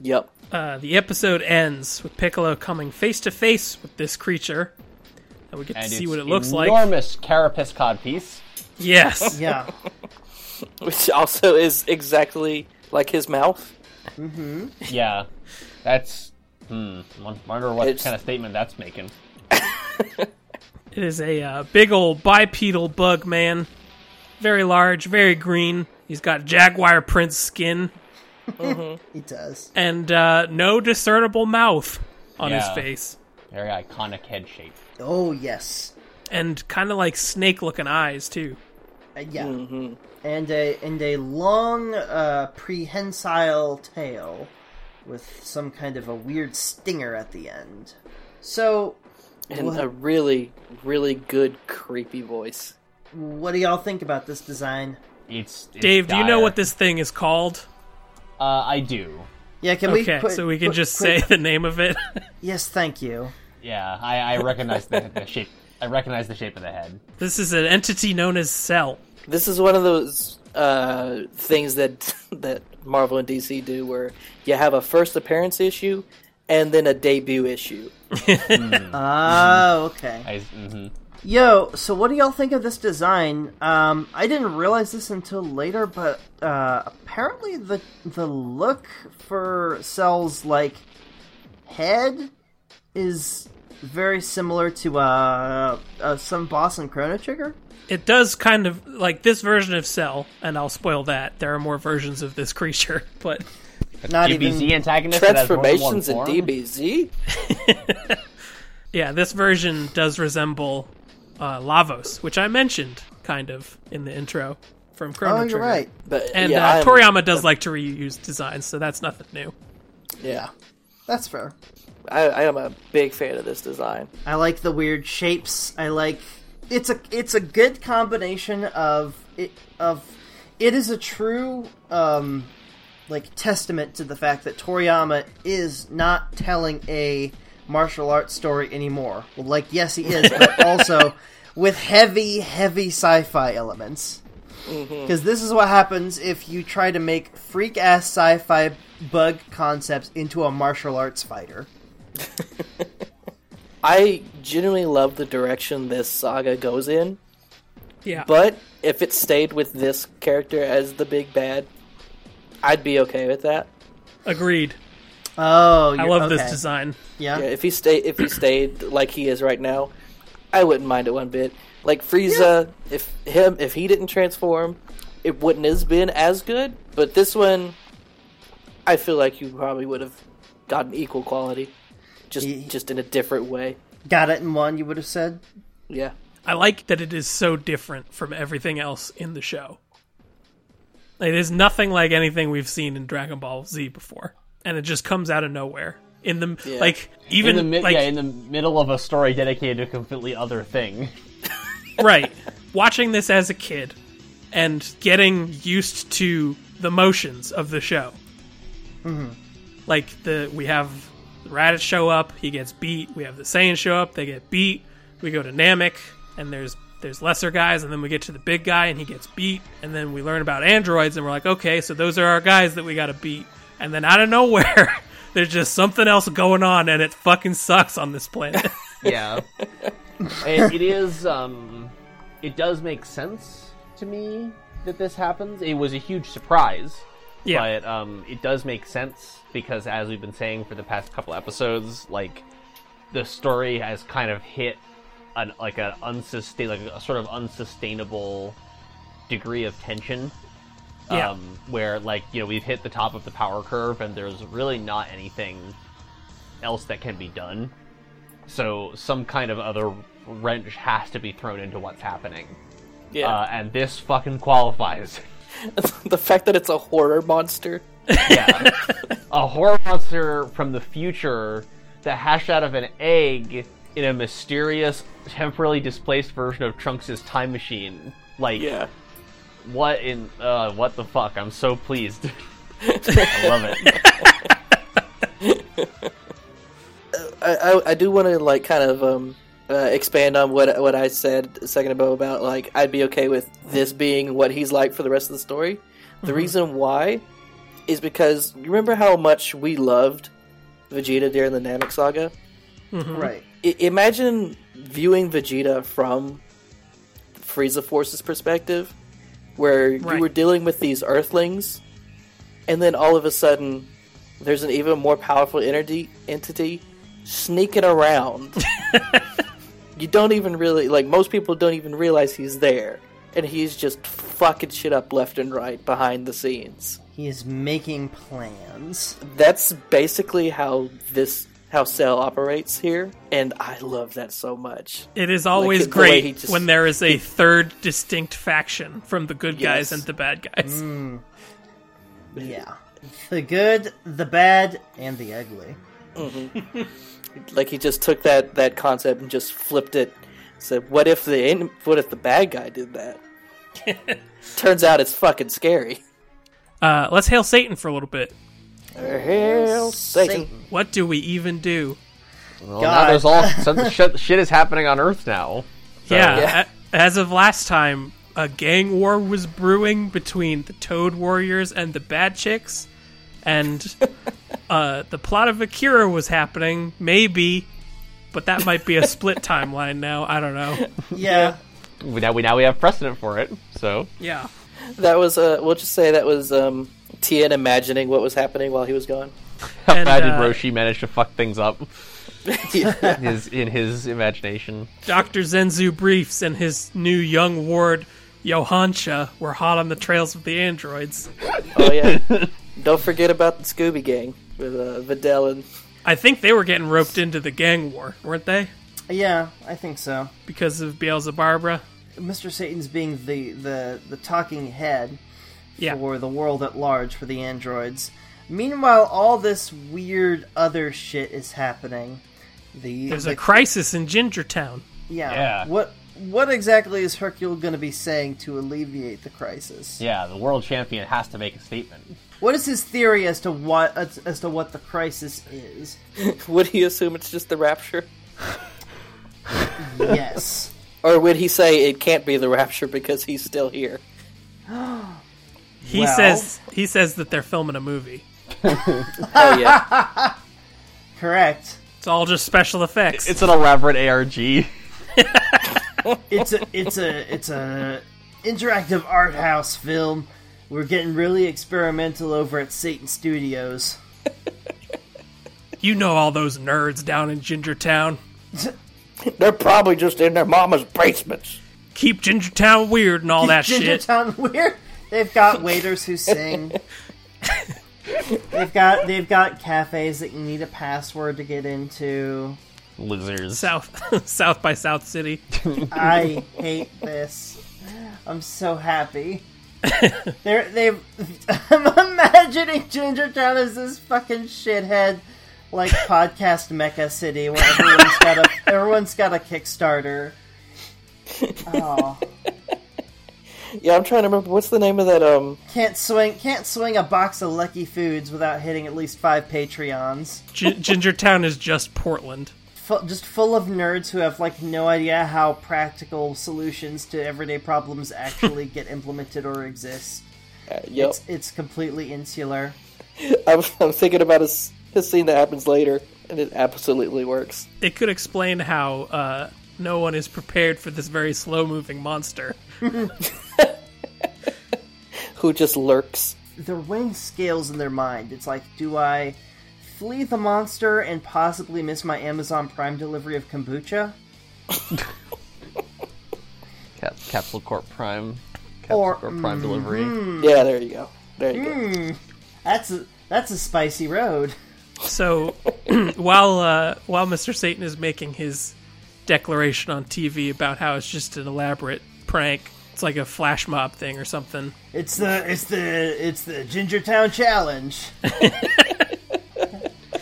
Yep.
Uh, the episode ends with Piccolo coming face to face with this creature, and we get to see what it looks like.
Enormous carapace codpiece.
Yes,
Yeah.
Which also is exactly like his mouth.
Yeah. That's. Hmm. won- Wonder what
It's-
kind of statement that's making.
it is a uh, big old bipedal bug man, very large, very green. He's got jaguar print skin
He does.
and uh, no discernible mouth on his
Yeah.
face,
Very iconic head shape.
Oh yes.
and kind of like snake-looking eyes too.
Uh, yeah. And a and a long uh, prehensile tail with some kind of a weird stinger at the end. So,
And
What?
a really, really good creepy voice.
what do y'all think about this design?
It's, it's
Dave, do you know
dire.
what this thing is called?
Uh, I do.
Yeah, can we?
Okay,
put-
so we can
put-
just
put-
say the name of it.
Yes, thank you.
Yeah, I, I recognize the, the shape. I recognize the shape of the head.
this is an entity known as Cell.
This is one of those uh, things that that Marvel and DC do, where you have a first appearance issue and then a debut issue.
Oh, okay.
I, mhm.
Yo, so what do y'all think of this design? Um, I didn't realize this until later, but uh, apparently the the look for Cell's like head is very similar to uh, uh some boss in Chrono Trigger.
It does kind of like this version of Cell, and I'll spoil that. There are more versions of this creature, but
Not
DBZ
even
antagonist that has more than one
Transformations in
form?
DBZ.
yeah, this version does resemble uh, Lavos, which I mentioned kind of in the intro from Chrono
Oh, you're
Trigger.
right.
But
And
yeah,
uh,
I'm-
Toriyama does like to reuse designs, so that's nothing new.
Yeah,
That's fair.
I, I am a big fan of this design.
I like the weird shapes. I like it's a it's a good combination of it of it is a true um like testament to the fact that Toriyama is not telling a martial arts story anymore. Well, like yes he is, but also with heavy heavy sci-fi elements.
Mm-hmm.
Because this is what happens if you try to make freak ass sci fi bug concepts into a martial arts fighter.
I genuinely love the direction this saga goes in.
Yeah,
But if it stayed with this character as the big bad, I'd be okay with that.
agreed.
Oh,
I
you're-
love this
okay.
design.
Yeah.
Yeah, if he stay if he stayed like he is right now, I wouldn't mind it one bit. Like Frieza, if him if he didn't transform, it wouldn't has been as good. But this one, I feel like you probably would have gotten equal quality, just
Ye-
just in a different way.
Got it in one, you would have said.
Yeah,
I like that it is so different from everything else in the show. It is nothing like anything we've seen in Dragon Ball Z before, and it just comes out of nowhere. In the
Yeah.
like,
In
even
the mi-
like
yeah, in the middle of a story dedicated to a completely other thing.
right watching this as a kid and getting used to the motions of the show like the we have Raditz show up he gets beat we have the Saiyans show up they get beat we go to Namek and there's there's lesser guys and then we get to the big guy and he gets beat and then we learn about androids and we're like okay so those are our guys that we gotta beat and then out of nowhere there's just something else going on and it fucking sucks on this planet
Yeah, it, it is. Um, it does make sense to me that this happens. It was a huge surprise.
yeah
but um, it does make sense because as we've been saying for the past couple episodes like the story has kind of hit an like an unsustain like a sort of unsustainable degree of tension
Yeah.
um, where like you know we've hit the top of the power curve and there's really not anything else that can be done so some kind of other wrench has to be thrown into what's happening
yeah.
uh, and this fucking qualifies
the fact that it's a horror monster.
Yeah. a horror monster from the future that hashed out of an egg in a mysterious, temporally displaced version of Trunks' time machine. Like, what in. Uh, what the fuck? I'm so pleased. I love it.
I, I, I do want to like kind of um, uh, expand on what what I said a second ago about like I'd be okay with this being what he's like for the rest of the story. The reason why is because you remember how much we loved Vegeta during the Namek saga.
Mm-hmm.
Right.
I- imagine viewing Vegeta from Frieza Force's perspective, where
Right.
you were dealing with these Earthlings, and then all of a sudden, there's an even more powerful entity entity sneaking around. you don't even really like most people don't even realize he's there, and he's just fucking shit up left and right behind the scenes.
He is making plans.
That's basically how this how Cell operates here, and I love that so much.
It is always
the way he
great
just-
when there is a third distinct faction from the good guys
Yes. Mm.
and the bad guys.
Yeah. The good, the bad, and the ugly.
like he just took that that concept and just flipped it said what if the en- what if the bad guy did that turns out it's fucking scary
Uh, let's hail Satan for a little bit.
hell satan
What do we even do?
Well, now
God.
there's all. Some shit, shit is happening on Earth now.
yeah,
Yeah.
a- as of last time, a gang war was brewing between the Toad Warriors and the Bad Chicks, and uh, the plot of Akira was happening, maybe, but that might be a split timeline now. I don't know.
Yeah.
We- Now we now we have precedent for it. So
Yeah.
That was, uh, we'll just say that was um, Tien imagining what was happening while he was gone.
And,
imagine
uh,
Roshi managed to fuck things up
yeah.
in his in his imagination.
Dr. Zenzu Briefs and his new young ward, Johancha, were hot on the trails of the androids.
Oh, yeah. Don't forget about the Scooby Gang with uh, Videl and.
I think they were getting roped into the gang war, weren't they?
Yeah, I think so.
Because of Beelzebarbara.
Mr. Satan's being the, the, the talking head
Yeah.
for the world at large, for the androids. Meanwhile, all this weird other shit is happening. The,
There's
the
a crisis in Gingertown.
yeah.
Yeah.
What what exactly is Hercule going to be saying to alleviate the crisis?
Yeah, the world champion has to make a statement.
What is his theory as to what as, as to what the crisis is?
Would he assume it's just the rapture?
Yes.
Or would he say it can't be the rapture because he's still here?
He
Well-
says he says that they're filming a movie.
Oh, yeah.
Correct.
It's all just special effects.
It's an elaborate ARG.
It's a it's a it's a interactive art house film. We're getting really experimental over at Satan Studios.
you know all those nerds down in Gingertown.
They're probably just in their mama's basements.
Keep Gingertown weird and all that shit.
Gingertown weird. They've got waiters who sing. they've got they've got cafes that you need a password to get into.
Losers.
South South by South City.
I hate this. I'm so happy. They're, they've. I'm imagining Gingertown as this fucking shithead, like podcast mecca city where everyone's got a everyone's got a Kickstarter. Oh,
Yeah, I'm trying to remember what's the name of that. Um,
can't swing can't swing a box of Lucky Foods without hitting at least five Patreons.
G- Gingertown is just Portland.
Fu- just full of nerds who have like no idea how practical solutions to everyday problems actually get implemented or exist.
uh, yep,
It's, it's completely insular.
I'm, I'm thinking about a, s- a scene that happens later, and it absolutely works.
It could explain how uh, no one is prepared for this very slow moving monster.
Who just lurks?
Their weighing scales in their mind. It's like, do I flee the monster and possibly miss my Amazon Prime delivery of kombucha?
Cap- Capsule Corp Prime. Capsule
Or-
Corp Prime delivery.
Yeah, there you go. There you go.
That's a, that's a spicy road.
So while uh, while Mr. Satan is making his declaration on TV about how it's just an elaborate prank, it's like a flash mob thing or something.
It's the it's the it's the Gingertown challenge.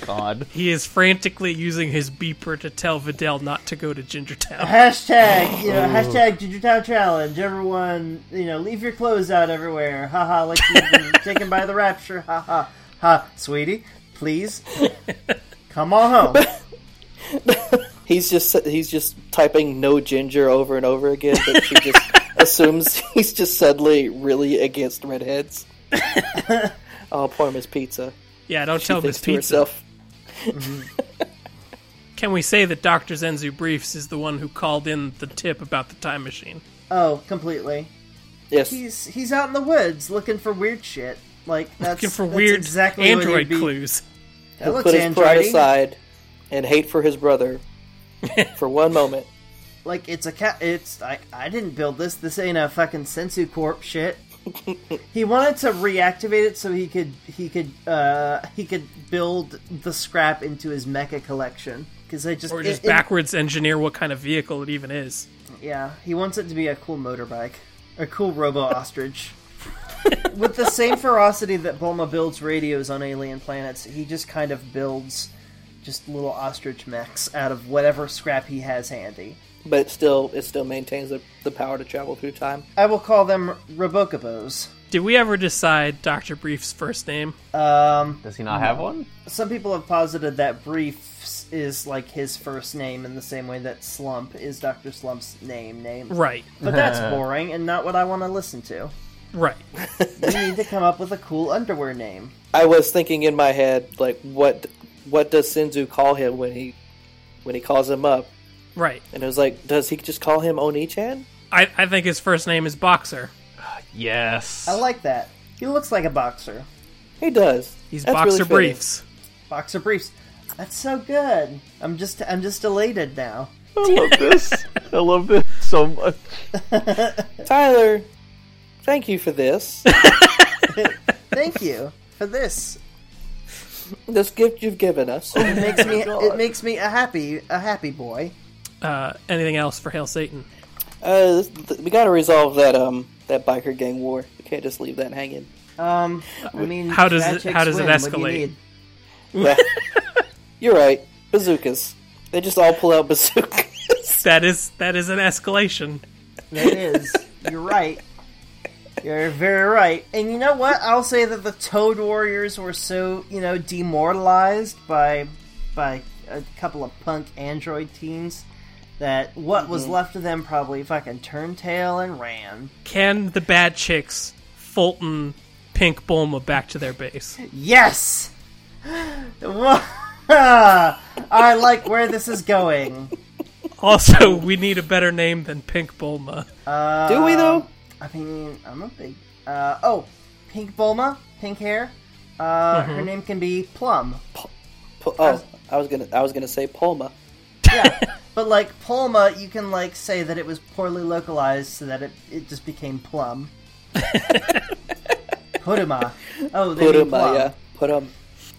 God.
He is frantically using his beeper to tell Videl not to go to Gingertown.
Hashtag, you know, hashtag Gingertown Challenge. Everyone, you know, leave your clothes out everywhere. Haha, like you've been taken by the rapture. Haha, ha, sweetie, please come on home.
He's just he's just typing "no ginger" over and over again, but she just assumes he's just suddenly really against redheads. oh, poor Miss Pizza.
Yeah, don't tell
Thinks
Miss
to
Pizza.
herself,
Can we say that Dr. Zenzu Briefs is the one who called in the tip about the time machine?
Oh, completely.
"Yes,
He's he's out in the woods looking for weird shit. Like that's
Looking for
that's
weird
exactly what he'd
android
be-
clues.
That looks
put his pride
androidy.
aside and hate for his brother for one moment."
Like it's a cat. It's like I didn't build this. This ain't a fucking Sensu Corp shit. he wanted to reactivate it so he could he could uh he could build the scrap into his mecha collection. Because I just
Or
it-
just
it-
backwards engineer what kind of vehicle it even is.
yeah, he wants it to be a cool motorbike, a cool robo ostrich. With the same ferocity that Bulma builds radios on alien planets, he just kind of builds just little ostrich mechs out of whatever scrap he has handy.
but it still it still maintains the, the power to travel through time.
I will call them Robocobos.
Did we ever decide Doctor Brief's first name?
Um,
Does he not have one?
some people have posited that Briefs is like his first name in the same way that Slump is Dr. Slump's name name.
Right,
But that's boring and not what I want to listen to.
right.
We need to come up with a cool underwear name.
I was thinking in my head, like, what what does Senzu call him when he when he calls him up?
Right.
And it was like, does he just call him Oni-chan?
I, I think his first name is Boxer.
Yes.
I like that. He looks like a boxer.
He does.
He's
That's really
Boxer
fitting.
Briefs.
Boxer briefs. That's so good. I'm just I'm just elated now.
I love this. I love this so much.
Tyler, thank you for this.
Thank you for this.
this gift you've given us. Uh,
It makes me it makes me a happy a happy boy.
Uh, anything else for Hail Satan?
Uh, this- th- we gotta resolve that um that biker gang war. We can't just leave that hanging.
Um, I mean,
How does it-
magics
how does it
win. What do you
escalate?
need?
But- you're right. Bazookas. They just all pull out bazookas.
That is that is an escalation.
That is, you're right. You're very right. And you know what? I'll say that the Toad Warriors were so you know demoralized by by a couple of punk android teens that what
Mm-hmm.
was left of them probably fucking turned tail and ran.
Can the bad chicks Fulton Pink Bulma back to their base?
Yes. Wha- I like where this is going.
Also, we need a better name than Pink Bulma.
Do we
Um,
though?
I mean, I'm a big. Uh, oh, Pink Bulma, pink hair. Uh, Her name can be Plum.
Pu- oh, I was gonna I was gonna say Pulma.
Yeah, but like Pulma, you can like say that it was poorly localized so that it, it just became Plum. Puruma. Oh, they
Put
mean
him, uh,
Plum.
yeah. Put him,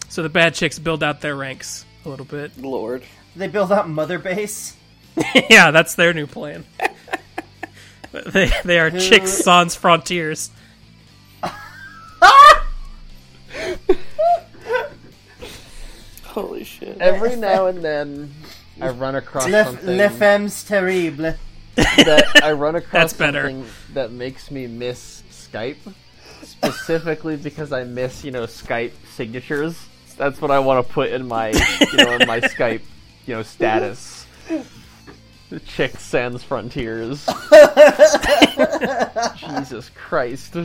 So the bad chicks build out their ranks a little bit.
Lord.
They build out Mother Base.
yeah, that's their new plan. they they are chicks sans frontiers.
Holy shit.
Every now and then, I run across
Le,
something
Le Femmes Terrible.
that I run across
That's better.
something that makes me miss Skype, specifically because I miss you know Skype signatures. That's what I want to put in my you know in my Skype you know status. The chick sans frontiers. Jesus Christ.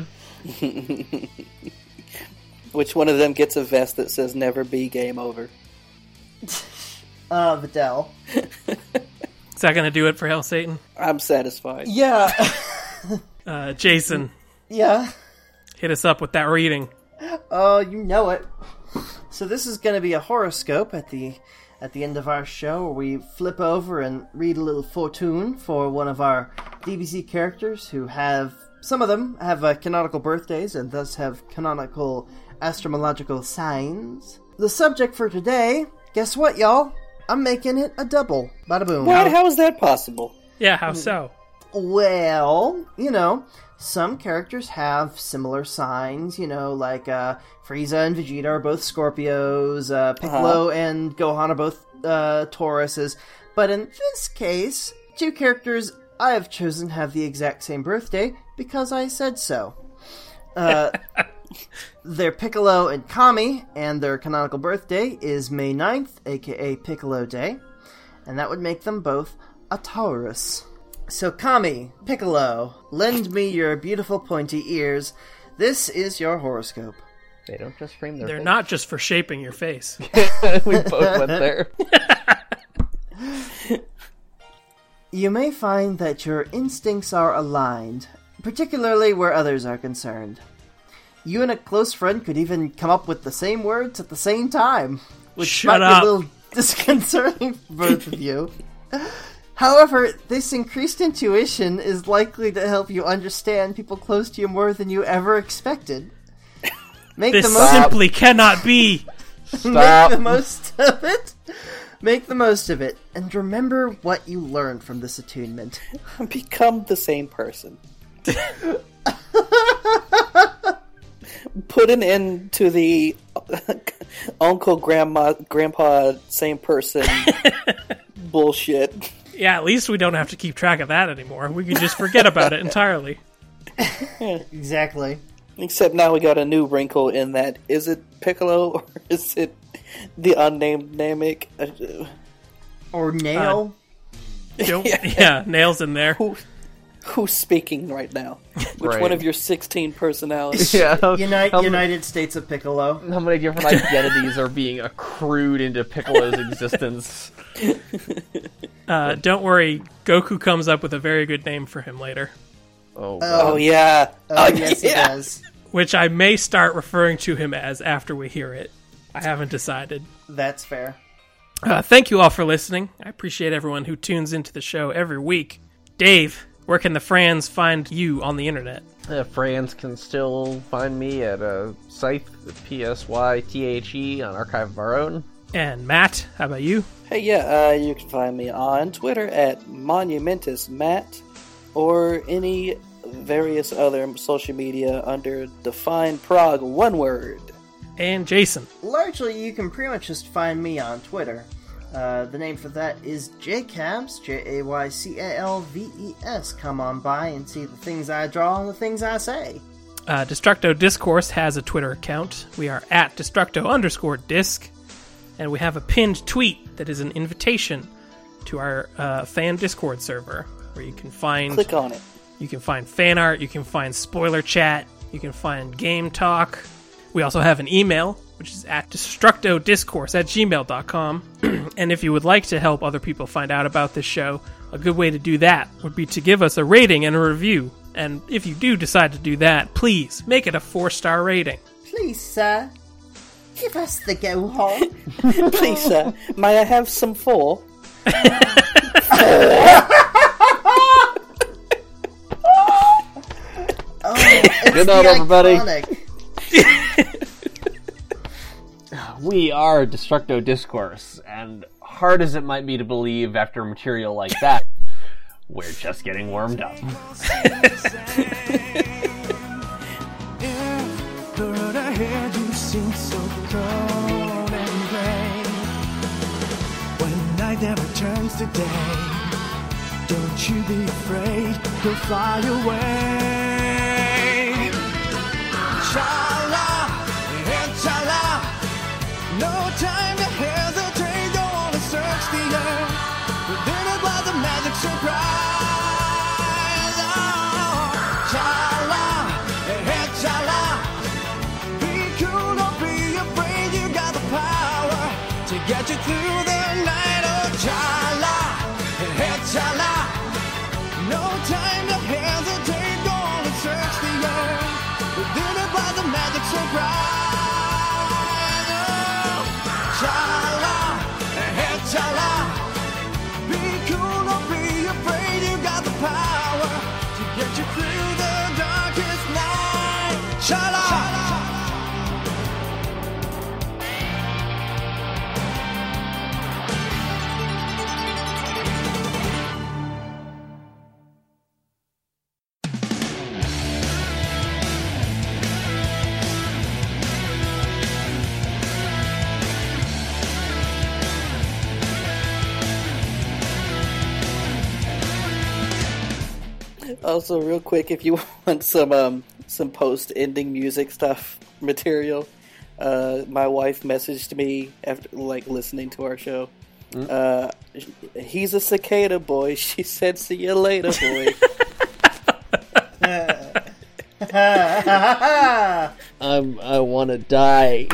Which one of them gets a vest that says "Never be game over"?
Uh, Videl.
Is that going to do it for Hell Satan?
I'm satisfied.
Yeah,
Uh, Jason,
yeah.
hit us up with that reading.
Oh, you know it. So this is going to be a horoscope at the at the end of our show, where we flip over and read a little fortune for one of our DBC characters who have some of them have uh, canonical birthdays and thus have canonical astrological signs. The subject for today, guess what, y'all? I'm making it a double. Bada boom.
What? How is that possible?
Yeah, how so?
Well, you know, some characters have similar signs, you know, like uh, Frieza and Vegeta are both Scorpios, uh, Piccolo and Gohan are both uh, Tauruses. But in this case, two characters I have chosen have the exact same birthday because I said so. Uh, they're Piccolo and Kami, and their canonical birthday is May 9th, aka Piccolo Day, and that would make them both a Taurus. So, Kami, Piccolo, lend me your beautiful pointy ears. This is your horoscope.
They don't just frame their.
They're not just for shaping your face.
we both went there.
You may find that your instincts are aligned, particularly where others are concerned. You and a close friend could even come up with the same words at the same time, which
Shut
might
up.
be a little disconcerting for both of you. However, this increased intuition is likely to help you understand people close to you more than you ever expected. Make
This
the most
simply cannot be.
Make the
Stop.
most of it. Make the most of it, and remember what you learned from this attunement.
Become the same person. Put an end to the uncle, grandma, grandpa, same person bullshit.
Yeah, at least we don't have to keep track of that anymore. We can just forget about it entirely.
Exactly.
Except now we got a new wrinkle in that is it Piccolo or is it the unnamed Namek? Uh,
Or nail.
Don't- yeah. nails in there.
Who's speaking right now? Which
Right.
one of your 16 personalities?
Yeah.
Uni-
how,
United States of Piccolo.
how many different identities are being accrued into Piccolo's existence?
Uh, don't worry, Goku comes up with a very good name for him later,
Oh,
Oh, yeah.
Oh, yes,
yeah.
it does.
which I may start referring to him as after we hear it. I haven't decided.
That's fair.
Uh, thank you all for listening. I appreciate everyone who tunes into the show every week. Dave, where can the Frans find you on the internet?
Uh, Franz can still find me at uh, Scythe, P S Y T H E, on Archive of Our Own.
And Matt, how about you?
Hey, yeah, uh, you can find me on Twitter at Monumentous Matt or any various other social media under Define Prague, one word.
And Jason.
largely you can pretty much just find me on Twitter. Uh, the name for that is JCalves, J A Y C A L V E S. Come on by and see the things I draw and the things I say.
Uh, Destructo Discourse has a Twitter account. We are at Destructo underscore disc. And we have a pinned tweet that is an invitation to our uh, fan Discord server where you can find
Click on it.
you can find fan art, you can find spoiler chat, you can find game talk. We also have an email, which is at destructodiscourse at gmail.com. and if you would like to help other people find out about this show, a good way to do that would be to give us a rating and a review. And if you do decide to do that, please make it a four star rating.
Please, sir, give us the go home.
Please, uh, may I have some four?
Good night, everybody. We are Destructo Discourse, and hard as it might be to believe after material like that, we're just getting warmed up.
If the road ahead you seem so cold and gray, when night never turns to day, don't you be afraid, you'll fly away. Inshallah, inshallah, no time to hesitate, don't wanna search the earth, within it was a magic surprise. Oh, inshallah, inshallah, be cool, don't be afraid, you got the power to get you through the night. Oh, inshallah, inshallah, no time to hesitate, go on and search the earth, within it was a magic surprise. Oh, inshallah, inshallah. Be cool, don't be afraid. You got the power to get you through the darkest night. Shala.
Also, real quick, if you want some um, some post ending music stuff material, uh, my wife messaged me after like listening to our show. Uh, he's a cicada boy. She said, "See you later, boy."
I'm, I want to die.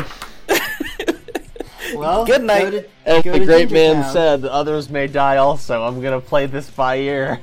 Well,
Good night.
Go to,
As
go
the
to
great man
Gingertown.
said,
Others may die also. I'm gonna play this by ear.